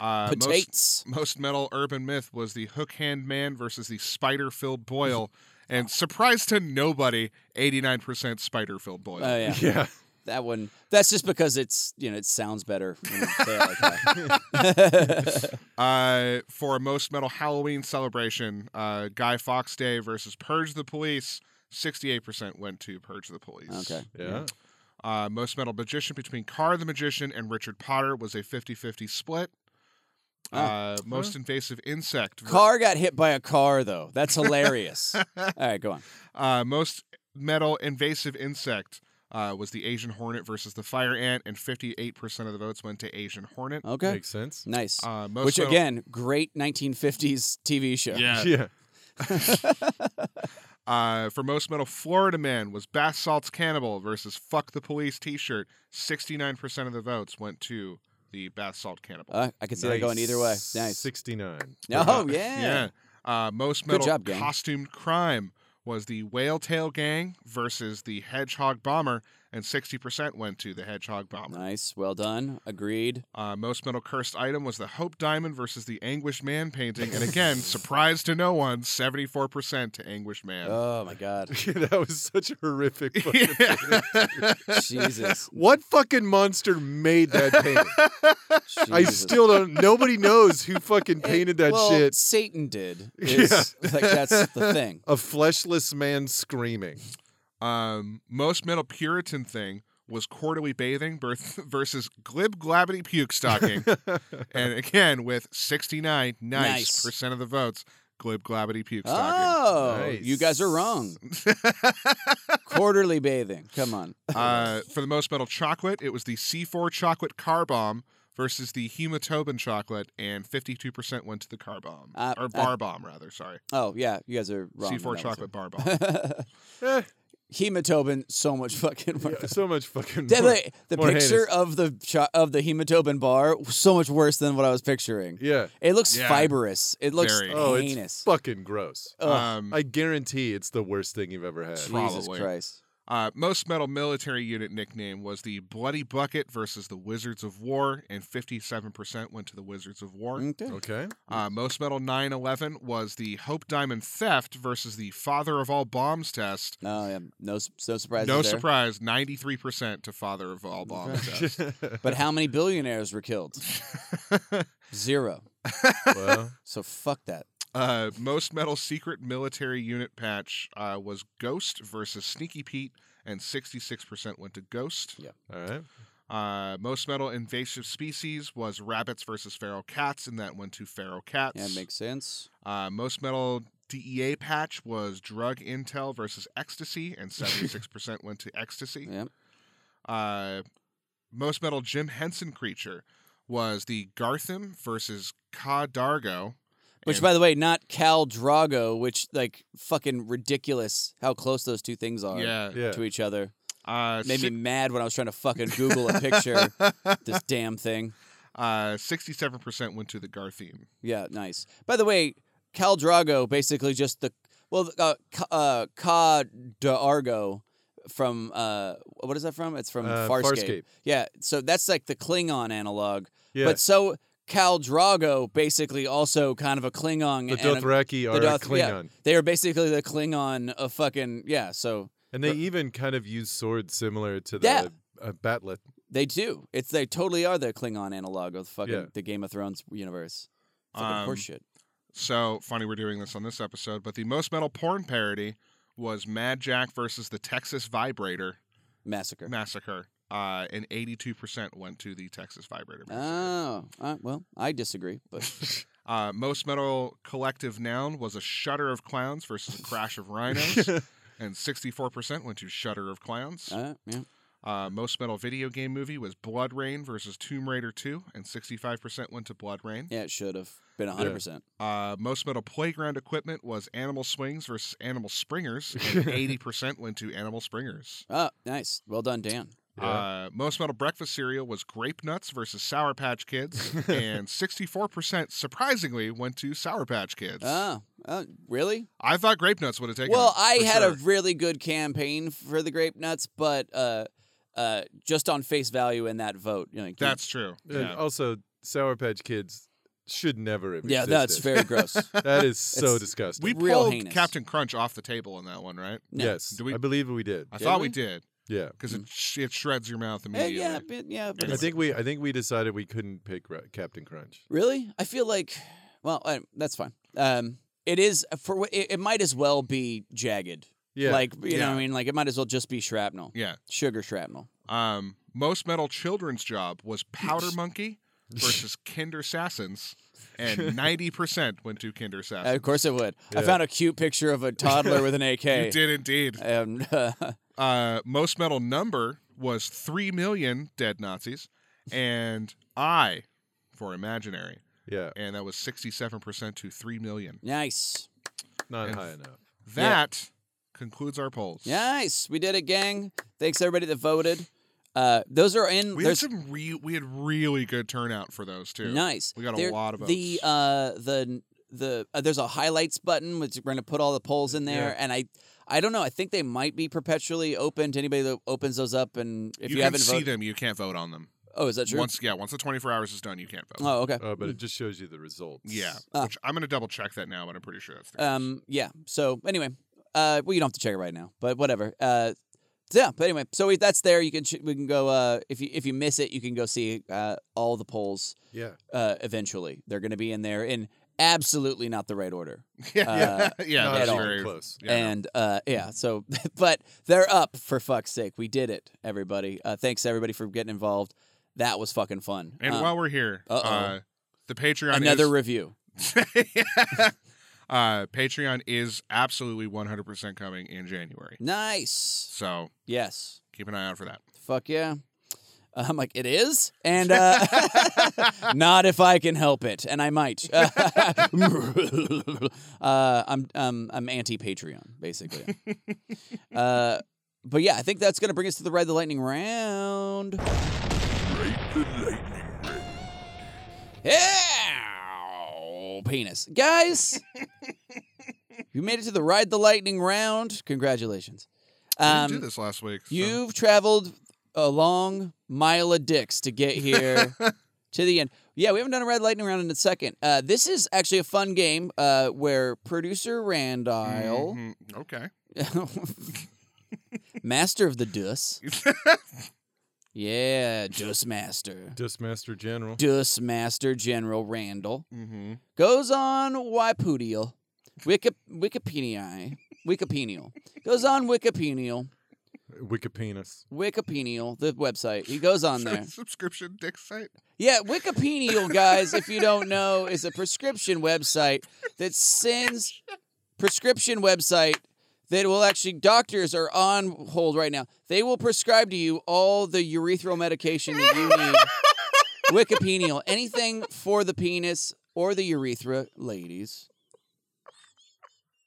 [SPEAKER 4] Uh, most,
[SPEAKER 3] Potatoes.
[SPEAKER 4] most metal urban myth was the hook hand man versus the spider filled boil. And surprise to nobody, 89% spider filled boil.
[SPEAKER 3] Oh yeah.
[SPEAKER 5] Yeah.
[SPEAKER 3] That one. That's just because it's you know it sounds better when you say it like that.
[SPEAKER 4] Uh, for most metal Halloween celebration, uh, Guy Fox Day versus Purge the Police, 68% went to Purge the Police.
[SPEAKER 3] okay.
[SPEAKER 5] Yeah.
[SPEAKER 4] Uh, most metal magician between Carr the Magician and Richard Potter was a 50 50 split. Uh, most invasive insect. ver-
[SPEAKER 3] Car got hit by a car though. That's hilarious. All right, go on.
[SPEAKER 4] uh, most metal invasive insect uh, was the Asian hornet versus the fire ant, and 58% of the votes went to Asian hornet.
[SPEAKER 3] Okay.
[SPEAKER 5] Makes sense.
[SPEAKER 3] Nice.
[SPEAKER 4] Uh, most
[SPEAKER 3] Oh, Which
[SPEAKER 4] so-
[SPEAKER 3] again, great 1950s TV show.
[SPEAKER 1] Yeah.
[SPEAKER 5] Yeah.
[SPEAKER 4] Uh, for most metal, Florida Man was Bath Salt's Cannibal versus Fuck the Police T-shirt. Sixty-nine percent of the votes went to the Bath Salt Cannibal.
[SPEAKER 3] Uh, I could see that going either way. Nice.
[SPEAKER 5] Sixty-nine.
[SPEAKER 3] Oh yeah.
[SPEAKER 4] yeah. Uh, most metal
[SPEAKER 3] job, gang.
[SPEAKER 4] costumed crime was the Whale Tail Gang versus the Hedgehog Bomber, and sixty percent went to the Hedgehog Bomber.
[SPEAKER 3] Nice. Well done. Agreed.
[SPEAKER 4] Uh, most metal cursed item was the Hope Diamond versus the Anguished Man painting, and again, surprise to no one, seventy-four percent to Anguished Man.
[SPEAKER 3] Oh my God.
[SPEAKER 5] that was such a horrific. fucking
[SPEAKER 4] Yeah.
[SPEAKER 5] painting.
[SPEAKER 3] Jesus.
[SPEAKER 5] What fucking monster made that painting? I
[SPEAKER 3] Jesus.
[SPEAKER 5] still don't. Nobody knows who fucking
[SPEAKER 3] It-
[SPEAKER 5] painted that
[SPEAKER 3] well,
[SPEAKER 5] shit.
[SPEAKER 3] Satan did.
[SPEAKER 5] Yeah.
[SPEAKER 3] It's- Like that's the thing.
[SPEAKER 5] A fleshless man screaming.
[SPEAKER 4] um, most metal Puritan thing was quarterly bathing birth versus glib glabbity puke stocking.
[SPEAKER 5] Eh,
[SPEAKER 4] and again, with 69 nice,
[SPEAKER 3] Nice.
[SPEAKER 4] percent of the votes, glib glabbity puke stocking.
[SPEAKER 3] Oh,
[SPEAKER 5] Nice.
[SPEAKER 3] you guys are wrong. Quarterly bathing. Come on.
[SPEAKER 4] Uh, for the most metal chocolate, it was the C4 chocolate car bomb versus the hematobin chocolate, and 52% went to the car bomb.
[SPEAKER 3] Uh, uh,
[SPEAKER 4] or bar bomb, rather, sorry.
[SPEAKER 3] Oh yeah, you guys are wrong.
[SPEAKER 4] C4
[SPEAKER 3] on that one,
[SPEAKER 4] chocolate bar bomb.
[SPEAKER 3] too.
[SPEAKER 5] Eh,
[SPEAKER 3] hematobin, so much fucking worse.
[SPEAKER 5] yeah, so much fucking.
[SPEAKER 3] That,
[SPEAKER 5] more-
[SPEAKER 3] like, the
[SPEAKER 5] more
[SPEAKER 3] picture
[SPEAKER 5] heinous.
[SPEAKER 3] of the cho- of the hematobin bar was so much worse than what I was picturing.
[SPEAKER 5] Yeah.
[SPEAKER 3] It looks
[SPEAKER 4] Yeah.
[SPEAKER 3] fibrous. It looks
[SPEAKER 4] Very.
[SPEAKER 5] Oh, it's
[SPEAKER 3] heinous.
[SPEAKER 5] fucking gross.
[SPEAKER 3] Ugh,
[SPEAKER 4] Um,
[SPEAKER 5] I guarantee it's the worst thing you've ever had.
[SPEAKER 3] Jesus
[SPEAKER 4] probably.
[SPEAKER 3] Christ.
[SPEAKER 4] Uh, most metal military unit nickname was the Bloody Bucket versus the Wizards of War, and 57% went to the Wizards of War.
[SPEAKER 3] Okay.
[SPEAKER 5] Okay.
[SPEAKER 4] Uh, most metal 911 was the Hope Diamond Theft versus the Father of All Bombs test.
[SPEAKER 3] No, yeah, no, s- no surprises.
[SPEAKER 4] no
[SPEAKER 3] there.
[SPEAKER 4] surprise, 93% to Father of All Bombs test.
[SPEAKER 3] But how many billionaires were killed? Zero.
[SPEAKER 5] well,
[SPEAKER 3] So fuck that.
[SPEAKER 4] Uh, most metal secret military unit patch uh, was Ghost versus Sneaky Pete, and 66% went to Ghost.
[SPEAKER 5] all right.
[SPEAKER 4] Uh, most metal invasive species was rabbits versus feral cats, and that went to feral cats.
[SPEAKER 3] Yeah, makes sense.
[SPEAKER 4] uh, most metal DEA patch was drug intel versus ecstasy, and 76% went to ecstasy.
[SPEAKER 3] Yep.
[SPEAKER 4] Uh, most metal Jim Henson creature was the Gartham versus Kadargo.
[SPEAKER 3] Which,
[SPEAKER 4] and-
[SPEAKER 3] by the way, not Cal Drago, which like fucking ridiculous how close those two things are
[SPEAKER 4] yeah,
[SPEAKER 5] Yeah.
[SPEAKER 3] to each other.
[SPEAKER 4] Uh,
[SPEAKER 3] Made me
[SPEAKER 4] si-
[SPEAKER 3] mad when I was trying to fucking Google a picture. this damn thing.
[SPEAKER 4] uh, 67% went to the Gartheme.
[SPEAKER 3] Yeah, nice. By the way, Cal Drago basically just the well, uh, Ca- uh, Ca D'Argo from uh, what is that from? It's from
[SPEAKER 5] Uh,
[SPEAKER 3] Farscape.
[SPEAKER 5] Farscape.
[SPEAKER 3] Yeah, so that's like the Klingon analog.
[SPEAKER 5] Yeah.
[SPEAKER 3] But so Cal Drago basically also kind of a Klingon. and
[SPEAKER 5] the
[SPEAKER 3] a-
[SPEAKER 5] Dothraki
[SPEAKER 3] the
[SPEAKER 5] are a
[SPEAKER 3] Doth- yeah,
[SPEAKER 5] Klingon,
[SPEAKER 3] they are basically the Klingon of fucking yeah. So
[SPEAKER 5] and they
[SPEAKER 3] But-
[SPEAKER 5] even kind of use swords similar to the
[SPEAKER 3] Yeah.
[SPEAKER 5] uh, batlet.
[SPEAKER 3] they do. It's they totally are the Klingon analog of fucking
[SPEAKER 5] Yeah.
[SPEAKER 3] the Game of Thrones universe. Fucking
[SPEAKER 4] Um,
[SPEAKER 3] horseshit.
[SPEAKER 4] So funny we're doing this on this episode, but the most metal porn parody was Mad Jack versus the Texas Vibrator
[SPEAKER 3] Massacre.
[SPEAKER 4] Massacre. Uh, and 82% went to the Texas Vibrator. Massacre.
[SPEAKER 3] Oh, uh, well, I disagree, but
[SPEAKER 4] Uh, most metal collective noun was a shudder of clowns versus a crash of rhinos. and 64% went to shudder of clowns.
[SPEAKER 3] uh, yeah.
[SPEAKER 4] Uh, most metal video game movie was Blood Rain versus Tomb Raider 2. And 65% went to Blood Rain.
[SPEAKER 3] Yeah, it should have been 100%.
[SPEAKER 4] Uh, most metal playground equipment was Animal Swings versus Animal Springers. And 80% went to Animal Springers.
[SPEAKER 3] Oh, nice. Well done, Dan.
[SPEAKER 5] Yeah.
[SPEAKER 4] Uh, most metal breakfast cereal was Grape Nuts versus Sour Patch Kids, and 64% surprisingly went to Sour Patch Kids.
[SPEAKER 3] Oh, oh, really?
[SPEAKER 4] I thought Grape Nuts would have taken.
[SPEAKER 3] Well,
[SPEAKER 4] it,
[SPEAKER 3] I
[SPEAKER 4] for
[SPEAKER 3] had a
[SPEAKER 4] sure.
[SPEAKER 3] really good campaign for the grape nuts, but uh, uh, just on face value in that vote, you know, like,
[SPEAKER 4] That's true.
[SPEAKER 5] And
[SPEAKER 3] oh,
[SPEAKER 4] Yeah.
[SPEAKER 5] also, Sour Patch Kids should never have.
[SPEAKER 3] yeah, that's
[SPEAKER 5] existed.
[SPEAKER 3] very gross.
[SPEAKER 5] That is so
[SPEAKER 3] It's-
[SPEAKER 5] disgusting.
[SPEAKER 4] we
[SPEAKER 3] real
[SPEAKER 4] pulled
[SPEAKER 3] heinous.
[SPEAKER 4] Captain Crunch off the table in that one, right?
[SPEAKER 3] No.
[SPEAKER 5] Yes,
[SPEAKER 4] Do we-
[SPEAKER 5] I believe we did.
[SPEAKER 4] I
[SPEAKER 3] Did
[SPEAKER 4] thought
[SPEAKER 3] we?
[SPEAKER 4] we, did
[SPEAKER 5] Yeah.
[SPEAKER 4] because it, sh- it shreds your mouth
[SPEAKER 3] Eh,
[SPEAKER 4] immediately.
[SPEAKER 3] yeah, but, yeah. But
[SPEAKER 5] I
[SPEAKER 3] it's-
[SPEAKER 5] think we I think we decided we couldn't pick Ra- Captain Crunch.
[SPEAKER 3] Really? I feel like, well, I, that's fine. Um, it is for what- it, it might as well be jagged.
[SPEAKER 5] Yeah.
[SPEAKER 3] Like you know,
[SPEAKER 4] Yeah.
[SPEAKER 3] what I mean, like it might as well just be shrapnel,
[SPEAKER 4] Yeah.
[SPEAKER 3] sugar shrapnel.
[SPEAKER 4] Um, most metal children's job was Powder Monkey versus Kinder Sassins, and ninety percent went to Kinder Sassins.
[SPEAKER 3] Of course it would. I
[SPEAKER 5] Yeah.
[SPEAKER 3] found a cute picture of a toddler with an AK.
[SPEAKER 4] you did indeed.
[SPEAKER 3] And, uh,
[SPEAKER 4] Uh, most metal number was three million dead Nazis, and I for imaginary,
[SPEAKER 5] Yeah,
[SPEAKER 4] and that was sixty-seven percent to three million.
[SPEAKER 3] nice.
[SPEAKER 5] not
[SPEAKER 4] And-
[SPEAKER 5] high enough.
[SPEAKER 4] That concludes our polls.
[SPEAKER 3] Nice. We did it, gang. Thanks everybody that voted. Uh, those are in
[SPEAKER 4] we
[SPEAKER 3] there's
[SPEAKER 4] had some re- we had really good turnout for those too.
[SPEAKER 3] nice.
[SPEAKER 4] We got a
[SPEAKER 3] There-
[SPEAKER 4] lot of
[SPEAKER 3] The
[SPEAKER 4] votes.
[SPEAKER 3] uh the the uh, there's a highlights button which we're going to put all the polls in there
[SPEAKER 5] Yeah.
[SPEAKER 3] and I I don't know. I think they might be perpetually open to anybody that opens those up and if you,
[SPEAKER 4] can
[SPEAKER 3] haven't
[SPEAKER 4] see
[SPEAKER 3] voted
[SPEAKER 4] them, you can't vote on them.
[SPEAKER 3] Oh, is that true?
[SPEAKER 4] Once yeah, once the twenty-four hours is done, you can't vote.
[SPEAKER 3] oh, okay.
[SPEAKER 5] Uh, but it just shows you the results.
[SPEAKER 4] Yeah,
[SPEAKER 3] Ah.
[SPEAKER 4] which I'm gonna double check that now, but I'm pretty sure that's. The case.
[SPEAKER 3] Um, yeah. So anyway, uh, well, you don't have to check it right now, but whatever. Uh, so yeah. But anyway, so we, that's there. You can ch- we can go. Uh, if you if you miss it, you can go see uh, all the polls.
[SPEAKER 5] Yeah.
[SPEAKER 3] Uh, eventually, they're going to be in there in absolutely not the right order.
[SPEAKER 4] yeah, yeah, yeah.
[SPEAKER 5] Not
[SPEAKER 4] that's
[SPEAKER 3] uh, at all.
[SPEAKER 4] very
[SPEAKER 5] close.
[SPEAKER 4] yeah, no.
[SPEAKER 3] and uh, yeah, so but they're up for fuck's sake. We did it, everybody. Uh, thanks everybody for getting involved. That was fucking fun.
[SPEAKER 4] And
[SPEAKER 3] Um,
[SPEAKER 4] while we're here,
[SPEAKER 3] uh-oh.
[SPEAKER 4] uh, the Patreon
[SPEAKER 3] another
[SPEAKER 4] is,
[SPEAKER 3] review.
[SPEAKER 4] uh, Patreon is absolutely 100% coming in January.
[SPEAKER 3] Nice.
[SPEAKER 4] So
[SPEAKER 3] Yes.
[SPEAKER 4] keep an eye out for that.
[SPEAKER 3] Fuck yeah. Uh, I'm like, it is? And uh, not if I can help it. And I might. uh, I'm, um, I'm anti Patreon, basically. uh, but yeah, I think that's going to bring us to the Ride the Lightning round.
[SPEAKER 2] Rate the lightning round.
[SPEAKER 3] Ow, penis. Guys, you made it to the Ride the Lightning round. Congratulations.
[SPEAKER 4] I
[SPEAKER 3] Um,
[SPEAKER 4] didn't do this last week. so-
[SPEAKER 3] You've traveled a long mile of dicks to get here to the end. Yeah, we haven't done a red lightning round in a second. Uh, this is actually a fun game uh, where producer Randall,
[SPEAKER 4] Mhm, Okay.
[SPEAKER 3] master of the Dus, yeah, Dus master,
[SPEAKER 5] Dismaster General.
[SPEAKER 3] Dus master General Randall,
[SPEAKER 4] hmm
[SPEAKER 3] goes on Wikipedia, Wiki, Wikipedia, Wikipedia, goes on Wikipedia,
[SPEAKER 5] Wikipenis.
[SPEAKER 3] Wikipedia, the website. He goes on there.
[SPEAKER 4] Subscription dick site.
[SPEAKER 3] Yeah, Wikipedia, guys, if you don't know, is a prescription website that sends prescription website that will actually doctors are on hold right now. They will prescribe to you all the urethral medication that you need. Wikipedia, anything for the penis or the urethra, ladies.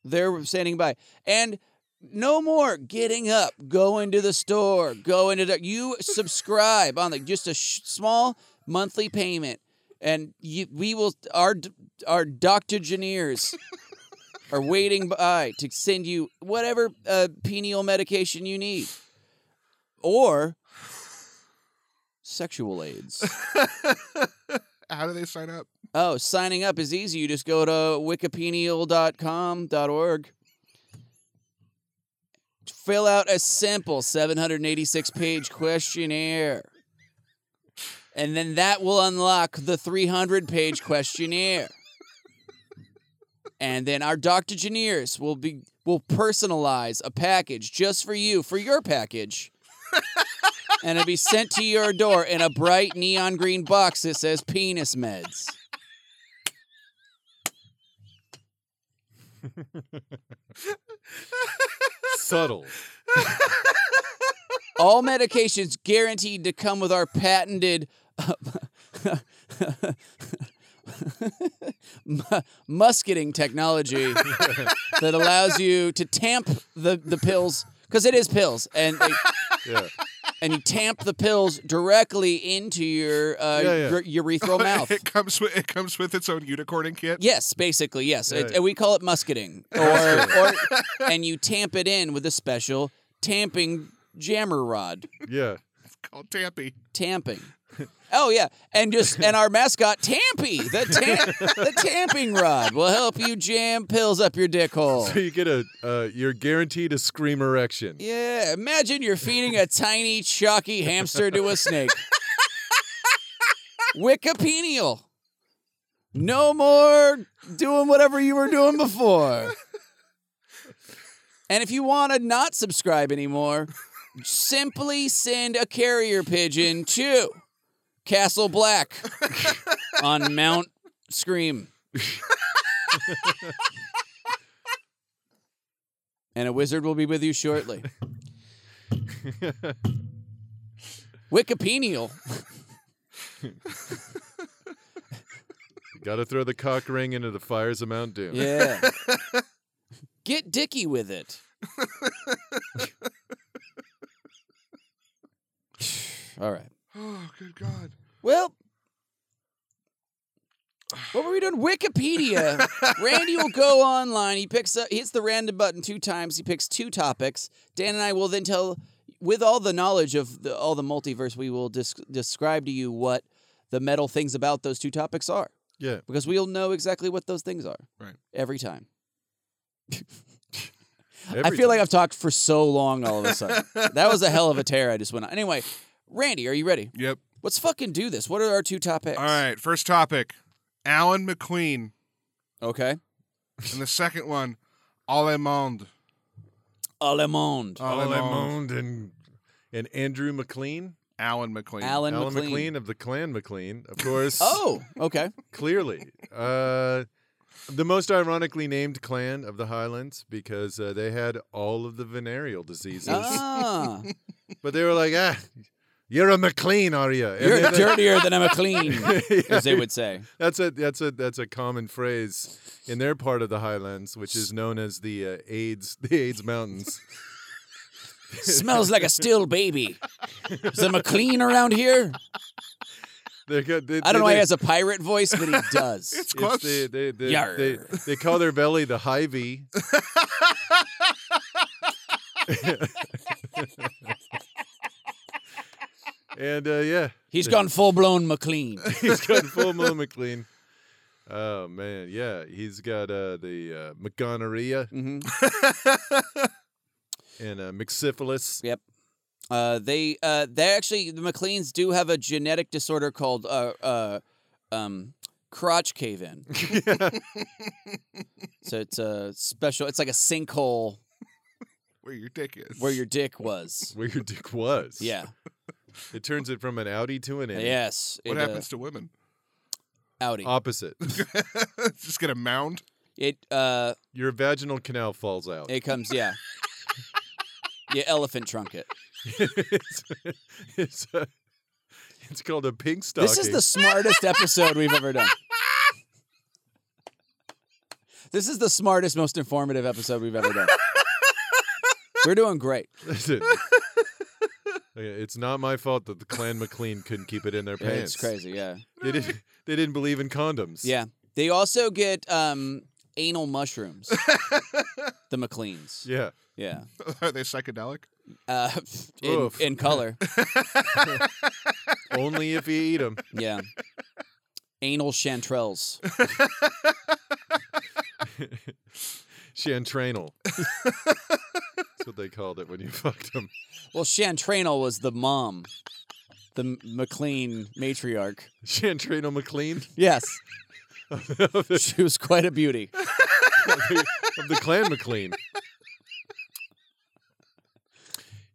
[SPEAKER 3] They're standing by. And no more getting up, going to the store, going to the, you subscribe on like just a sh- small monthly payment, and you, we will our d- our doctor engineers are waiting by to send you whatever uh, penial medication you need, or sexual aids.
[SPEAKER 4] How do they sign up?
[SPEAKER 3] Oh, signing up is easy. You just go to wikipedial.com.org. Fill out a simple 786 page questionnaire. And then that will unlock the 300 page questionnaire. And then our Dr. Engineers will be will personalize a package just for you, for your package. and it'll be sent to your door in a bright neon green box that says penis meds.
[SPEAKER 5] Subtle.
[SPEAKER 3] All medications guaranteed to come with our patented uh, mu- musketing technology that allows you to tamp the, the pills because it is pills and they,
[SPEAKER 5] Yeah.
[SPEAKER 3] and you tamp the pills directly into your uh,
[SPEAKER 5] Yeah, yeah.
[SPEAKER 3] ur- urethral mouth.
[SPEAKER 4] it comes with it comes with its own unicorning kit.
[SPEAKER 3] Yes, basically, yes. It-
[SPEAKER 5] Yeah.
[SPEAKER 3] we call it musketing, or, or and you tamp it in with a special tamping jammer rod.
[SPEAKER 5] Yeah.
[SPEAKER 4] Called Tampy.
[SPEAKER 3] tamping. Oh yeah, and just and our mascot Tampy, the tam- the tamping rod will help you jam pills up your dick hole.
[SPEAKER 5] So you get a uh, you're guaranteed a scream erection.
[SPEAKER 3] Yeah, imagine you're feeding a tiny chalky hamster to a snake. Wikipedia. No more doing whatever you were doing before. And if you want to not subscribe anymore, simply send a carrier pigeon to Castle Black on Mount Scream. and a wizard will be with you shortly. Wikipedial.
[SPEAKER 5] Got to throw the cock ring into the fires of Mount Doom.
[SPEAKER 3] Yeah. Get dicky with it. All right.
[SPEAKER 4] Oh, good God.
[SPEAKER 3] Well, what were we doing? Wikipedia. Randy will go online. He picks up, he hits the random button two times. He picks two topics. Dan and I will then tell, with all the knowledge of the, all the multiverse, we will dis- describe to you what the metal things about those two topics are
[SPEAKER 5] Yeah.
[SPEAKER 3] because we'll know exactly what those things are.
[SPEAKER 4] Right.
[SPEAKER 3] Every time.
[SPEAKER 5] Every
[SPEAKER 3] I feel like
[SPEAKER 5] time.
[SPEAKER 3] I've talked for so long all of a sudden. that was a hell of a tear I just went on. Anyway, Randy, are you ready?
[SPEAKER 4] Yep.
[SPEAKER 3] Let's fucking do this. What are our two topics?
[SPEAKER 4] All right. First topic Alan McQueen.
[SPEAKER 3] Okay.
[SPEAKER 4] And the second one, Alemond.
[SPEAKER 3] Alemond.
[SPEAKER 5] All I
[SPEAKER 4] Alemond.
[SPEAKER 5] moaned and and Andrew McLean,
[SPEAKER 4] Alan McQueen.
[SPEAKER 3] Alan,
[SPEAKER 5] Alan
[SPEAKER 3] McLean.
[SPEAKER 5] McLean of the Clan McLean, of course.
[SPEAKER 3] Oh, okay.
[SPEAKER 5] clearly. Uh, the most ironically named clan of the Highlands because uh, they had all of the venereal diseases,
[SPEAKER 3] ah,
[SPEAKER 5] but they were like, ah, you're a McLean, are you? And
[SPEAKER 3] you're
[SPEAKER 5] then-
[SPEAKER 3] dirtier than a McLean,
[SPEAKER 5] Yeah.
[SPEAKER 3] as they would say.
[SPEAKER 5] That's a that's a that's a common phrase in their part of the Highlands, which is known as the uh, AIDS the AIDS Mountains.
[SPEAKER 3] Smells like a still baby. Is a McLean around here?
[SPEAKER 5] They're go- they-
[SPEAKER 3] I don't know
[SPEAKER 5] they-
[SPEAKER 3] why he has a pirate voice, but he does.
[SPEAKER 4] it's
[SPEAKER 5] It's
[SPEAKER 4] close.
[SPEAKER 5] the- they, they,
[SPEAKER 3] Yar.
[SPEAKER 5] they, they call their belly the Hy-Vee. and uh, yeah,
[SPEAKER 3] He's gone full blown McLean.
[SPEAKER 5] he's got full blown McLean. Oh man, yeah, he's got uh, the uh, McGonorrhea
[SPEAKER 3] hmm
[SPEAKER 5] and uh, McSyphilis.
[SPEAKER 3] Yep. Uh, they uh, they actually the McLeans do have a genetic disorder called uh, uh, um, crotch cave in. so it's a special. It's like a sinkhole
[SPEAKER 4] where your dick is.
[SPEAKER 3] where your dick was.
[SPEAKER 5] Where your dick was.
[SPEAKER 3] Yeah.
[SPEAKER 5] It turns it from an Audi to an innie.
[SPEAKER 3] Yes.
[SPEAKER 4] What
[SPEAKER 3] it, uh,
[SPEAKER 4] happens to women?
[SPEAKER 3] Audi.
[SPEAKER 5] Opposite.
[SPEAKER 4] Just get a mound.
[SPEAKER 3] It uh,
[SPEAKER 5] Your vaginal canal falls out.
[SPEAKER 3] it comes. Yeah. You elephant trunk it.
[SPEAKER 5] it's, it's, uh, it's called a pink stocking.
[SPEAKER 3] This is the smartest episode we've ever done. This is the smartest, most informative episode we've ever done. We're doing great.
[SPEAKER 5] Listen. Okay, It's not my fault that the Clan McLean couldn't keep it in their
[SPEAKER 3] Yeah,
[SPEAKER 5] pants.
[SPEAKER 3] It's crazy, yeah.
[SPEAKER 5] They didn't, they didn't believe in condoms.
[SPEAKER 3] Yeah. They also get um anal mushrooms. the McLeans.
[SPEAKER 5] Yeah.
[SPEAKER 3] Yeah.
[SPEAKER 4] Are they psychedelic?
[SPEAKER 3] Uh, in,
[SPEAKER 5] Oof.
[SPEAKER 3] in color.
[SPEAKER 5] Only if you eat them.
[SPEAKER 3] Yeah. Anal chanterelles.
[SPEAKER 5] Chantrainal. That's what they called it when you fucked them.
[SPEAKER 3] Well, Chantrainal was the mom, the M- McLean matriarch.
[SPEAKER 5] Chantrainal McLean
[SPEAKER 3] Yes. she was quite a beauty.
[SPEAKER 5] of the Clan McLean.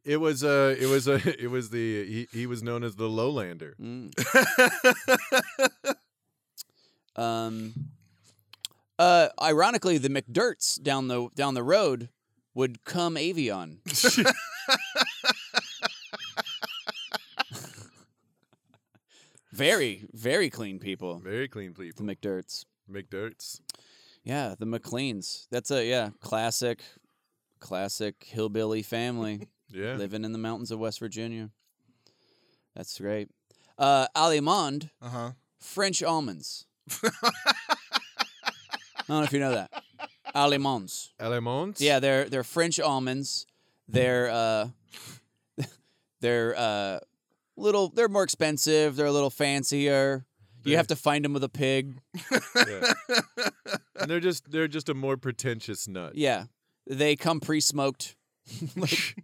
[SPEAKER 5] It was uh it was uh, it was the he, he was known as the Lowlander.
[SPEAKER 3] Mm. um, uh, ironically, the McDirts down the down the road would come Avion. very, very clean people.
[SPEAKER 5] Very clean
[SPEAKER 3] The
[SPEAKER 5] people.
[SPEAKER 3] McDirts.
[SPEAKER 5] McDirts.
[SPEAKER 3] Yeah, the McLeans. That's a yeah, classic, classic hillbilly family.
[SPEAKER 5] Yeah.
[SPEAKER 3] living in the mountains of West Virginia. That's great. Uh, Allemande,
[SPEAKER 4] Uh huh.
[SPEAKER 3] French almonds. I don't know if you know that. Allemands.
[SPEAKER 5] Alemans.
[SPEAKER 3] Yeah, they're they're French almonds. They're uh, they're uh, little. They're more expensive. They're a little fancier. You
[SPEAKER 5] They're-
[SPEAKER 3] have to find them with a pig.
[SPEAKER 5] Yeah. and they're just they're just a more pretentious nut
[SPEAKER 3] Yeah, they come pre-smoked. Like-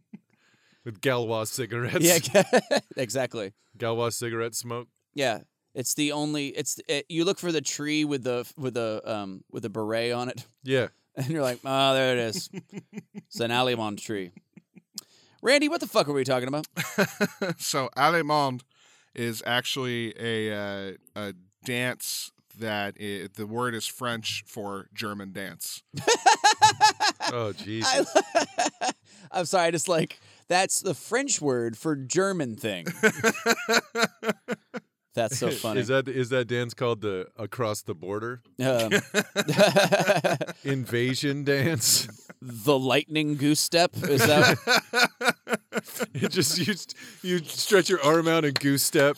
[SPEAKER 5] with Galois cigarettes.
[SPEAKER 3] yeah, exactly.
[SPEAKER 5] Galois cigarette smoke.
[SPEAKER 3] Yeah, it's the only. It's it, you look for the tree with the with the um with the beret on it,
[SPEAKER 5] Yeah.
[SPEAKER 3] and you're like, oh, there it is. it's an alimond tree. Randy, what the fuck are we talking about?
[SPEAKER 4] so Alemond is actually a uh, a dance that i the word is French for German dance.
[SPEAKER 5] Oh, jeez.
[SPEAKER 3] I, am sorry, I just like that's the French word for German thing. That's so funny.
[SPEAKER 5] Is that is that dance called the across the border
[SPEAKER 3] Um,
[SPEAKER 5] invasion dance?
[SPEAKER 3] the lightning goose step is that?
[SPEAKER 5] It just you you stretch your arm out and goose step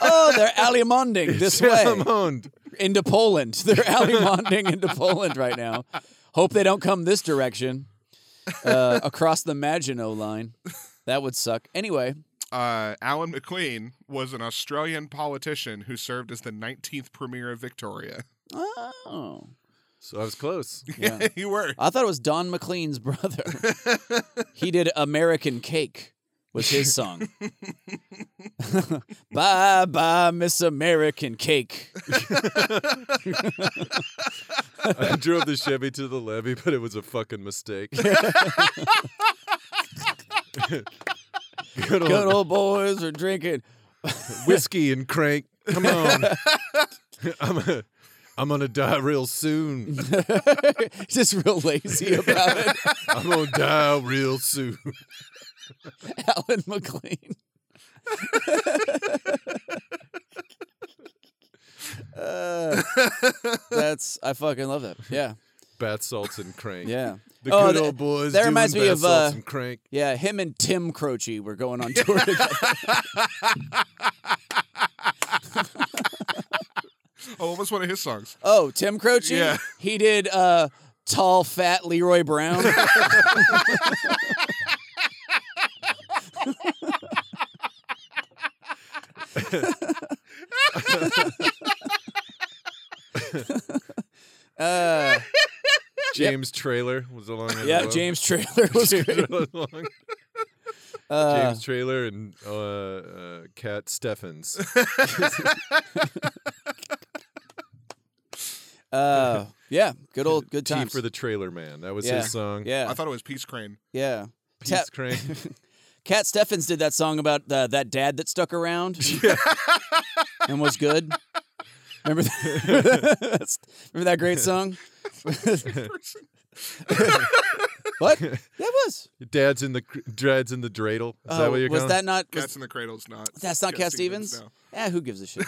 [SPEAKER 3] oh, they're allemanding this way
[SPEAKER 5] Salmon.
[SPEAKER 3] into Poland. They're allemanding into Poland right now. Hope they don't come this direction uh, across the Maginot Line. That would suck. Anyway,
[SPEAKER 4] Uh, Alan McLean was an Australian politician who served as the 19th Premier of Victoria.
[SPEAKER 3] oh,
[SPEAKER 5] So I was close.
[SPEAKER 3] Yeah.
[SPEAKER 4] you were.
[SPEAKER 3] I thought it was Don McLean's brother. he did American Cake was his song. bye bye, Miss American Cake.
[SPEAKER 5] I drove the Chevy to the levee, but it was a fucking mistake. Good
[SPEAKER 3] Good
[SPEAKER 5] old
[SPEAKER 3] old boys are drinking.
[SPEAKER 5] whiskey and crank. Come on. I'm a, I'm gonna die real soon.
[SPEAKER 3] Just real lazy about it.
[SPEAKER 5] I'm gonna die real soon.
[SPEAKER 3] Alan McLean. Uh, that's I fucking love that. Yeah,
[SPEAKER 5] Bath salts and crank.
[SPEAKER 3] yeah,
[SPEAKER 5] The
[SPEAKER 3] Oh,
[SPEAKER 5] good
[SPEAKER 3] that-
[SPEAKER 5] old boys.
[SPEAKER 3] that
[SPEAKER 5] doing
[SPEAKER 3] reminds me
[SPEAKER 5] bath
[SPEAKER 3] of,
[SPEAKER 5] salts
[SPEAKER 3] uh,
[SPEAKER 5] and crank.
[SPEAKER 3] yeah. Him and Tim Croce were going on tour together.
[SPEAKER 4] Oh, what was one of his songs?
[SPEAKER 3] Oh, Tim Croce?
[SPEAKER 4] Yeah.
[SPEAKER 3] He did uh tall, fat Leroy Brown. uh,
[SPEAKER 5] James Trailer was along. as
[SPEAKER 3] yeah,
[SPEAKER 5] well.
[SPEAKER 3] James Trailer was great.
[SPEAKER 5] James Trailer-
[SPEAKER 3] Uh,
[SPEAKER 5] James Trailer and uh, uh, Cat Steffens.
[SPEAKER 3] uh, yeah, good old good
[SPEAKER 5] T
[SPEAKER 3] times.
[SPEAKER 5] for the Trailer Man. That was
[SPEAKER 3] Yeah.
[SPEAKER 5] his song.
[SPEAKER 4] I
[SPEAKER 3] yeah,
[SPEAKER 4] thought it was Peace Crane.
[SPEAKER 3] yeah.
[SPEAKER 5] Peace
[SPEAKER 3] Tap-
[SPEAKER 5] Crank.
[SPEAKER 3] Cat Steffens did that song about uh, that dad that stuck around and was good. Remember that, remember that great song? what? That was.
[SPEAKER 5] Dad's in the cr- Dad's in the dreidel. Is that
[SPEAKER 3] Oh,
[SPEAKER 5] what you're
[SPEAKER 3] was
[SPEAKER 5] calling?
[SPEAKER 3] that not? was-
[SPEAKER 4] Cats in the Cradle's not.
[SPEAKER 3] that's not Cat Stevens?
[SPEAKER 4] no.
[SPEAKER 3] Yeah, who gives a shit?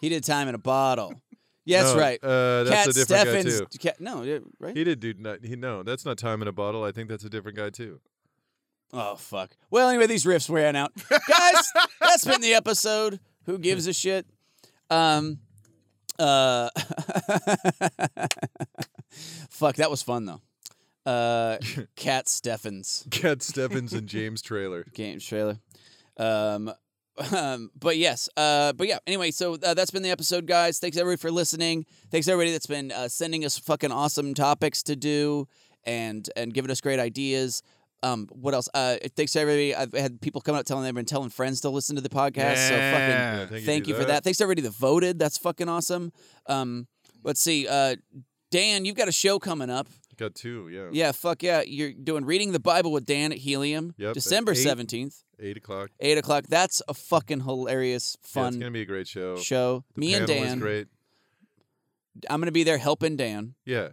[SPEAKER 3] he did time in a bottle. Yeah, that's
[SPEAKER 5] No,
[SPEAKER 3] right.
[SPEAKER 5] Uh, that's
[SPEAKER 3] Cat
[SPEAKER 5] a different
[SPEAKER 3] Steffens.
[SPEAKER 5] guy too.
[SPEAKER 3] Cat, no, yeah, right?
[SPEAKER 5] He did do not, he no. That's not time in a bottle. I think that's a different guy too.
[SPEAKER 3] Oh fuck. Well, anyway, these riffs ran out, guys. that's been the episode. Who gives a shit? Um, uh, fuck. That was fun though. Uh, Cat Steffens
[SPEAKER 5] Cat Steffens and James Trailer.
[SPEAKER 3] game trailer. Um, um, but yes, uh, but yeah. Anyway, so uh, that's been the episode, guys. Thanks everybody for listening. Thanks everybody that's been uh, sending us fucking awesome topics to do and and giving us great ideas. Um, what else? Uh, thanks to everybody. I've had people come up telling they've been telling friends to listen to the podcast. So fucking
[SPEAKER 4] Yeah.
[SPEAKER 5] I think he
[SPEAKER 3] Ah, Thank
[SPEAKER 5] did
[SPEAKER 3] you for that. Thanks to everybody that voted. That's fucking awesome. Um, let's see. Uh, Dan, you've got a show coming up.
[SPEAKER 5] Got two. Yeah.
[SPEAKER 3] Yeah, fuck yeah. You're doing Reading the Bible with Dan at Helium,
[SPEAKER 5] Yep, at
[SPEAKER 3] December
[SPEAKER 5] eight.
[SPEAKER 3] 17th,
[SPEAKER 5] Eight o'clock.
[SPEAKER 3] 8 o'clock. That's a fucking hilarious,
[SPEAKER 5] Yeah, it's
[SPEAKER 3] fun
[SPEAKER 5] gonna be a great show.
[SPEAKER 3] show.
[SPEAKER 5] The
[SPEAKER 3] Me and
[SPEAKER 5] panel is
[SPEAKER 3] Dan.
[SPEAKER 5] great.
[SPEAKER 3] I'm going to be there helping Dan.
[SPEAKER 5] Yeah.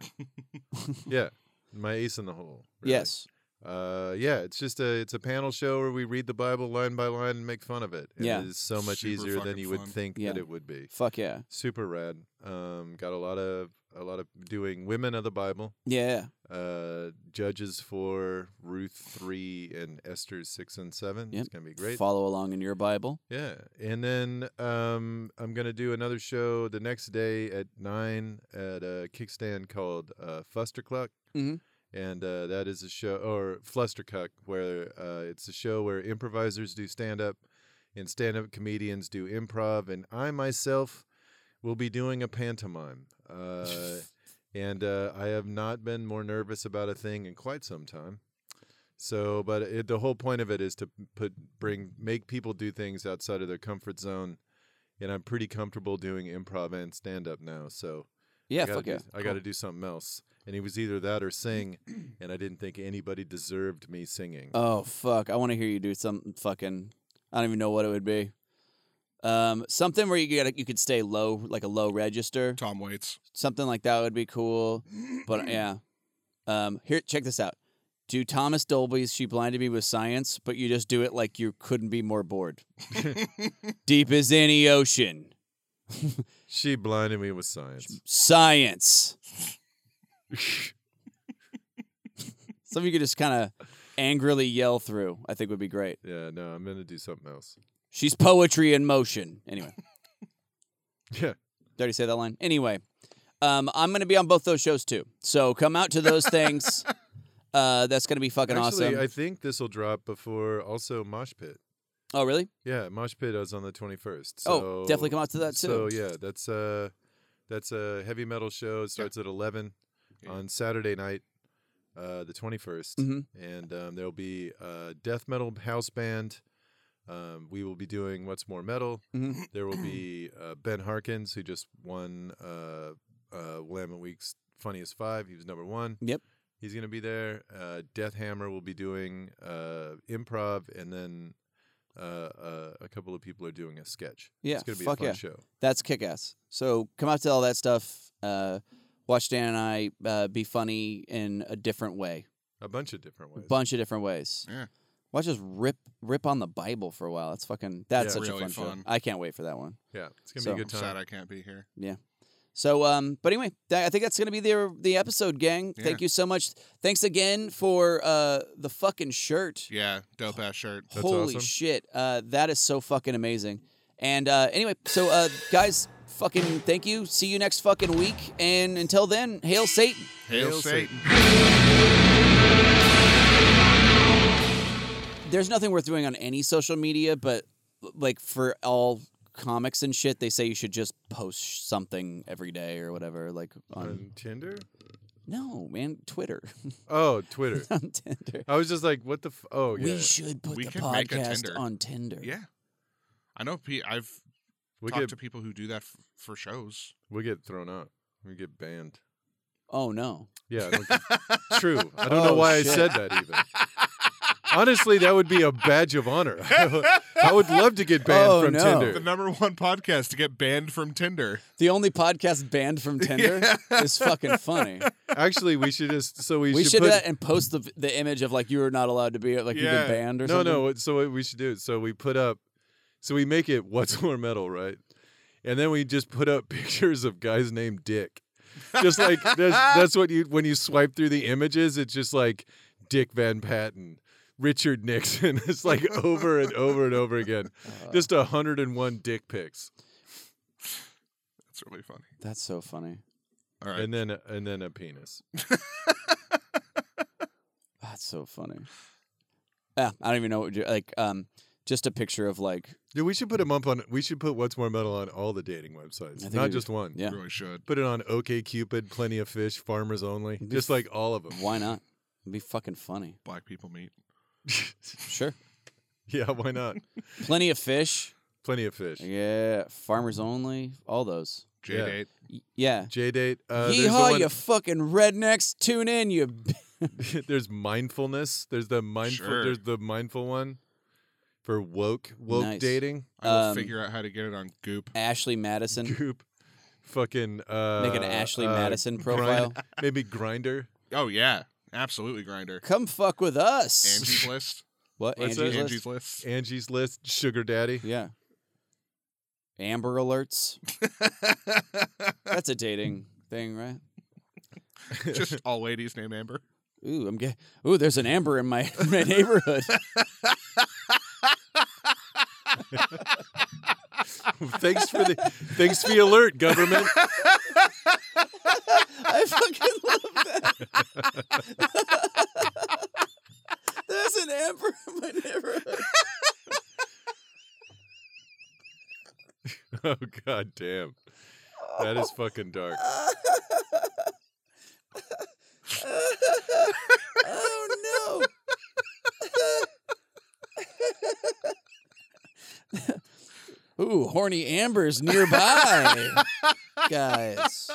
[SPEAKER 5] yeah. My ace in the hole. really.
[SPEAKER 3] Yes.
[SPEAKER 5] Uh, yeah, it's just a it's a panel show where we read the Bible line by line and make fun of it. And
[SPEAKER 3] Yeah.
[SPEAKER 5] it is so much
[SPEAKER 4] Super
[SPEAKER 5] easier than
[SPEAKER 4] fucking
[SPEAKER 5] you would
[SPEAKER 4] fun.
[SPEAKER 5] think
[SPEAKER 3] Yeah.
[SPEAKER 5] that it would be.
[SPEAKER 3] Fuck yeah.
[SPEAKER 5] Super rad. Um, got a lot of a lot of doing women of the Bible,
[SPEAKER 3] Yeah.
[SPEAKER 5] uh, judges for Ruth three and Esther six and seven.
[SPEAKER 3] Yep.
[SPEAKER 5] It's gonna be great.
[SPEAKER 3] Follow along in your Bible.
[SPEAKER 5] Yeah, and then um, I'm gonna do another show the next day at nine at a kickstand called uh, Fustercluck,
[SPEAKER 3] Mhm.
[SPEAKER 5] and uh, that is a show or Flustercuck, where uh, it's a show where improvisers do stand up, and stand up comedians do improv, and I myself will be doing a pantomime. Uh, and uh, I have not been more nervous about a thing in quite some time. So, but it, the whole point of it is to put bring make people do things outside of their comfort zone, and I'm pretty comfortable doing improv and stand up now. So
[SPEAKER 3] Yeah,
[SPEAKER 5] I gotta
[SPEAKER 3] fuck
[SPEAKER 5] do,
[SPEAKER 3] yeah.
[SPEAKER 5] I got to do something else. And it was either that or sing, and I didn't think anybody deserved me singing.
[SPEAKER 3] Uh, Oh, fuck. I want to hear you do something fucking. I don't even know what it would be. Um, something where you got you could stay low, like a low register.
[SPEAKER 4] Tom Waits.
[SPEAKER 3] Something like that would be cool. But yeah, um, here, check this out. Do Thomas Dolby's "She Blinded Me with Science," but you just do it like you couldn't be more bored. Deep as any ocean,
[SPEAKER 5] She blinded me with science.
[SPEAKER 3] science. Something you could just kind of angrily yell through. I think would be great.
[SPEAKER 5] Yeah, no, I'm gonna do something else.
[SPEAKER 3] She's poetry in motion. Anyway.
[SPEAKER 5] Yeah.
[SPEAKER 3] Did I already say that line? Anyway, um, I'm going to be on both those shows too. So come out to those things. Uh, that's going to be fucking
[SPEAKER 5] Actually,
[SPEAKER 3] awesome.
[SPEAKER 5] I think this will drop before also Mosh Pit.
[SPEAKER 3] oh, really?
[SPEAKER 5] Yeah, Mosh Pit is on the 21st.
[SPEAKER 3] oh, definitely
[SPEAKER 5] so-
[SPEAKER 3] come out to that too.
[SPEAKER 5] So yeah, that's uh that's a heavy metal show. It starts at eleven
[SPEAKER 4] Yeah.
[SPEAKER 5] on Saturday night, uh, the twenty
[SPEAKER 3] Mhm.
[SPEAKER 5] and um, there'll be a death metal house band. Um, we will be doing what's more metal.
[SPEAKER 3] Mhm.
[SPEAKER 5] There will be uh, Ben Harkins, who just won uh, uh, Willamette Week's Funniest Five. He was number one.
[SPEAKER 3] Yep.
[SPEAKER 5] He's gonna be there. Uh, Death Hammer will be doing uh, improv, and then uh, uh, a couple of people are doing a sketch.
[SPEAKER 3] Yeah,
[SPEAKER 5] it's gonna be
[SPEAKER 3] fuck
[SPEAKER 5] a fun
[SPEAKER 3] yeah.
[SPEAKER 5] show.
[SPEAKER 3] That's kick ass. So come out to all that stuff. Uh, watch Dan and I uh, be funny in a different way,
[SPEAKER 5] A bunch of different ways.
[SPEAKER 3] bunch of different ways.
[SPEAKER 4] Yeah.
[SPEAKER 3] Watch us rip rip on the Bible for a while. That's fucking. That's
[SPEAKER 5] Yeah,
[SPEAKER 3] such
[SPEAKER 4] really
[SPEAKER 3] a fun,
[SPEAKER 4] fun.
[SPEAKER 3] show. I can't wait for that one.
[SPEAKER 5] yeah, it's gonna
[SPEAKER 3] So-
[SPEAKER 5] be a
[SPEAKER 4] I'm
[SPEAKER 5] good time.
[SPEAKER 4] sad I can't be here.
[SPEAKER 3] So, um, but anyway, that, I think that's gonna be the the episode, gang. Thank you so much. Thanks again for uh the fucking shirt.
[SPEAKER 4] Yeah, dope ass shirt.
[SPEAKER 5] That's
[SPEAKER 3] Holy
[SPEAKER 5] awesome.
[SPEAKER 3] shit, uh, that is so fucking amazing. And uh, anyway, so uh, guys, fucking thank you. See you next fucking week. And until then, hail Satan.
[SPEAKER 4] Hail,
[SPEAKER 5] Hail
[SPEAKER 4] Satan.
[SPEAKER 3] There's nothing worth doing on any social media, but like for all comics and shit, they say you should just post something every day or whatever. Like on
[SPEAKER 5] On Tinder?
[SPEAKER 3] no man, Twitter,
[SPEAKER 5] Oh, Twitter.
[SPEAKER 3] on Tinder.
[SPEAKER 5] I was just like, what the? F- oh, yeah.
[SPEAKER 3] We should put
[SPEAKER 4] We
[SPEAKER 3] the
[SPEAKER 4] could make a
[SPEAKER 3] podcast
[SPEAKER 4] Tinder.
[SPEAKER 3] on Tinder.
[SPEAKER 4] Yeah. I know pe- I've
[SPEAKER 5] we
[SPEAKER 4] talked
[SPEAKER 5] get
[SPEAKER 4] to people who do that f- for shows.
[SPEAKER 5] we get thrown out. We get banned.
[SPEAKER 3] Oh no.
[SPEAKER 5] Yeah, I don't- true. I don't
[SPEAKER 3] Oh,
[SPEAKER 5] know why
[SPEAKER 3] shit.
[SPEAKER 5] I said that even. Honestly, that would be a badge of honor. I would love to get banned
[SPEAKER 3] Oh,
[SPEAKER 5] from
[SPEAKER 3] no.
[SPEAKER 4] the
[SPEAKER 5] Tinder.
[SPEAKER 4] number one podcast to get banned from Tinder.
[SPEAKER 3] The only podcast banned from Tinder is fucking funny.
[SPEAKER 5] Actually, we should just so we,
[SPEAKER 3] We should
[SPEAKER 5] put
[SPEAKER 3] do that and post the the image of like you are not allowed to be like you've
[SPEAKER 4] Yeah.
[SPEAKER 3] been banned or
[SPEAKER 5] no,
[SPEAKER 3] something.
[SPEAKER 5] no. what- So what we should do? So we put up, so we make it what's more metal, right? And then we just put up pictures of guys named Dick. Just like that's, that's what you when you swipe through the images, it's just like Dick Van Patten, Richard Nixon. It's like over and over and over again.
[SPEAKER 3] Uh,
[SPEAKER 5] Just a hundred and one dick pics,
[SPEAKER 4] That's really funny.
[SPEAKER 3] That's so funny.
[SPEAKER 4] All right.
[SPEAKER 5] and then and then a penis.
[SPEAKER 3] That's so funny. Ah, I don't even know what you like. Um, just a picture of like
[SPEAKER 5] Yeah, we should put them up on. We should put what's more metal on all the dating
[SPEAKER 3] I think
[SPEAKER 5] websites,
[SPEAKER 3] we
[SPEAKER 5] not
[SPEAKER 3] do.
[SPEAKER 5] just one.
[SPEAKER 3] yeah.
[SPEAKER 4] Really should.
[SPEAKER 5] Put it on OK Cupid, Plenty of Fish, Farmers Only,
[SPEAKER 3] It'd be
[SPEAKER 5] just like all of them.
[SPEAKER 3] Why not? It'd be fucking funny.
[SPEAKER 4] Black people meet.
[SPEAKER 3] Sure.
[SPEAKER 5] Yeah, why not?
[SPEAKER 3] Plenty of fish.
[SPEAKER 5] Plenty of fish.
[SPEAKER 3] Yeah. Farmers only. All those.
[SPEAKER 4] J
[SPEAKER 5] Yeah.
[SPEAKER 4] date.
[SPEAKER 3] Y- yeah.
[SPEAKER 5] J date. Uh, there's, the
[SPEAKER 3] Yeehaw,
[SPEAKER 5] one-
[SPEAKER 3] you fucking rednecks! Tune in, you. b-
[SPEAKER 5] there's mindfulness. There's the mindful.
[SPEAKER 4] Sure.
[SPEAKER 5] There's the mindful one for woke woke
[SPEAKER 3] Nice.
[SPEAKER 5] dating.
[SPEAKER 4] I will
[SPEAKER 3] Um,
[SPEAKER 4] figure out how to get it on Goop.
[SPEAKER 3] Ashley Madison.
[SPEAKER 5] Group. Fucking. Uh,
[SPEAKER 3] Make an Ashley
[SPEAKER 5] uh,
[SPEAKER 3] Madison
[SPEAKER 5] grind-
[SPEAKER 3] profile.
[SPEAKER 5] maybe grinder.
[SPEAKER 4] Oh yeah, absolutely. Grinder.
[SPEAKER 3] Come fuck with us.
[SPEAKER 4] Angie's list.
[SPEAKER 3] what?
[SPEAKER 5] What's that?
[SPEAKER 3] Angie's list?
[SPEAKER 4] Angie's list.
[SPEAKER 5] Angie's list. Sugar daddy.
[SPEAKER 3] Yeah. Amber alerts. That's a dating thing, right?
[SPEAKER 4] Just all ladies named Amber.
[SPEAKER 3] Ooh, I'm gay. Ooh, there's an amber in my, my neighborhood.
[SPEAKER 5] thanks for the. Thanks for the alert, government.
[SPEAKER 3] I fucking love that. there's an amber in my neighborhood.
[SPEAKER 5] oh god damn. That is fucking dark.
[SPEAKER 3] oh no. Ooh, horny Amber's nearby. Guys.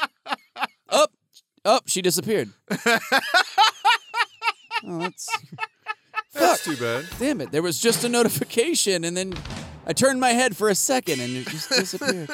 [SPEAKER 3] Up. Up, she disappeared. oh, that's
[SPEAKER 5] That's too bad.
[SPEAKER 3] damn it. There was just a notification and then I turned my head for a second and it just disappeared.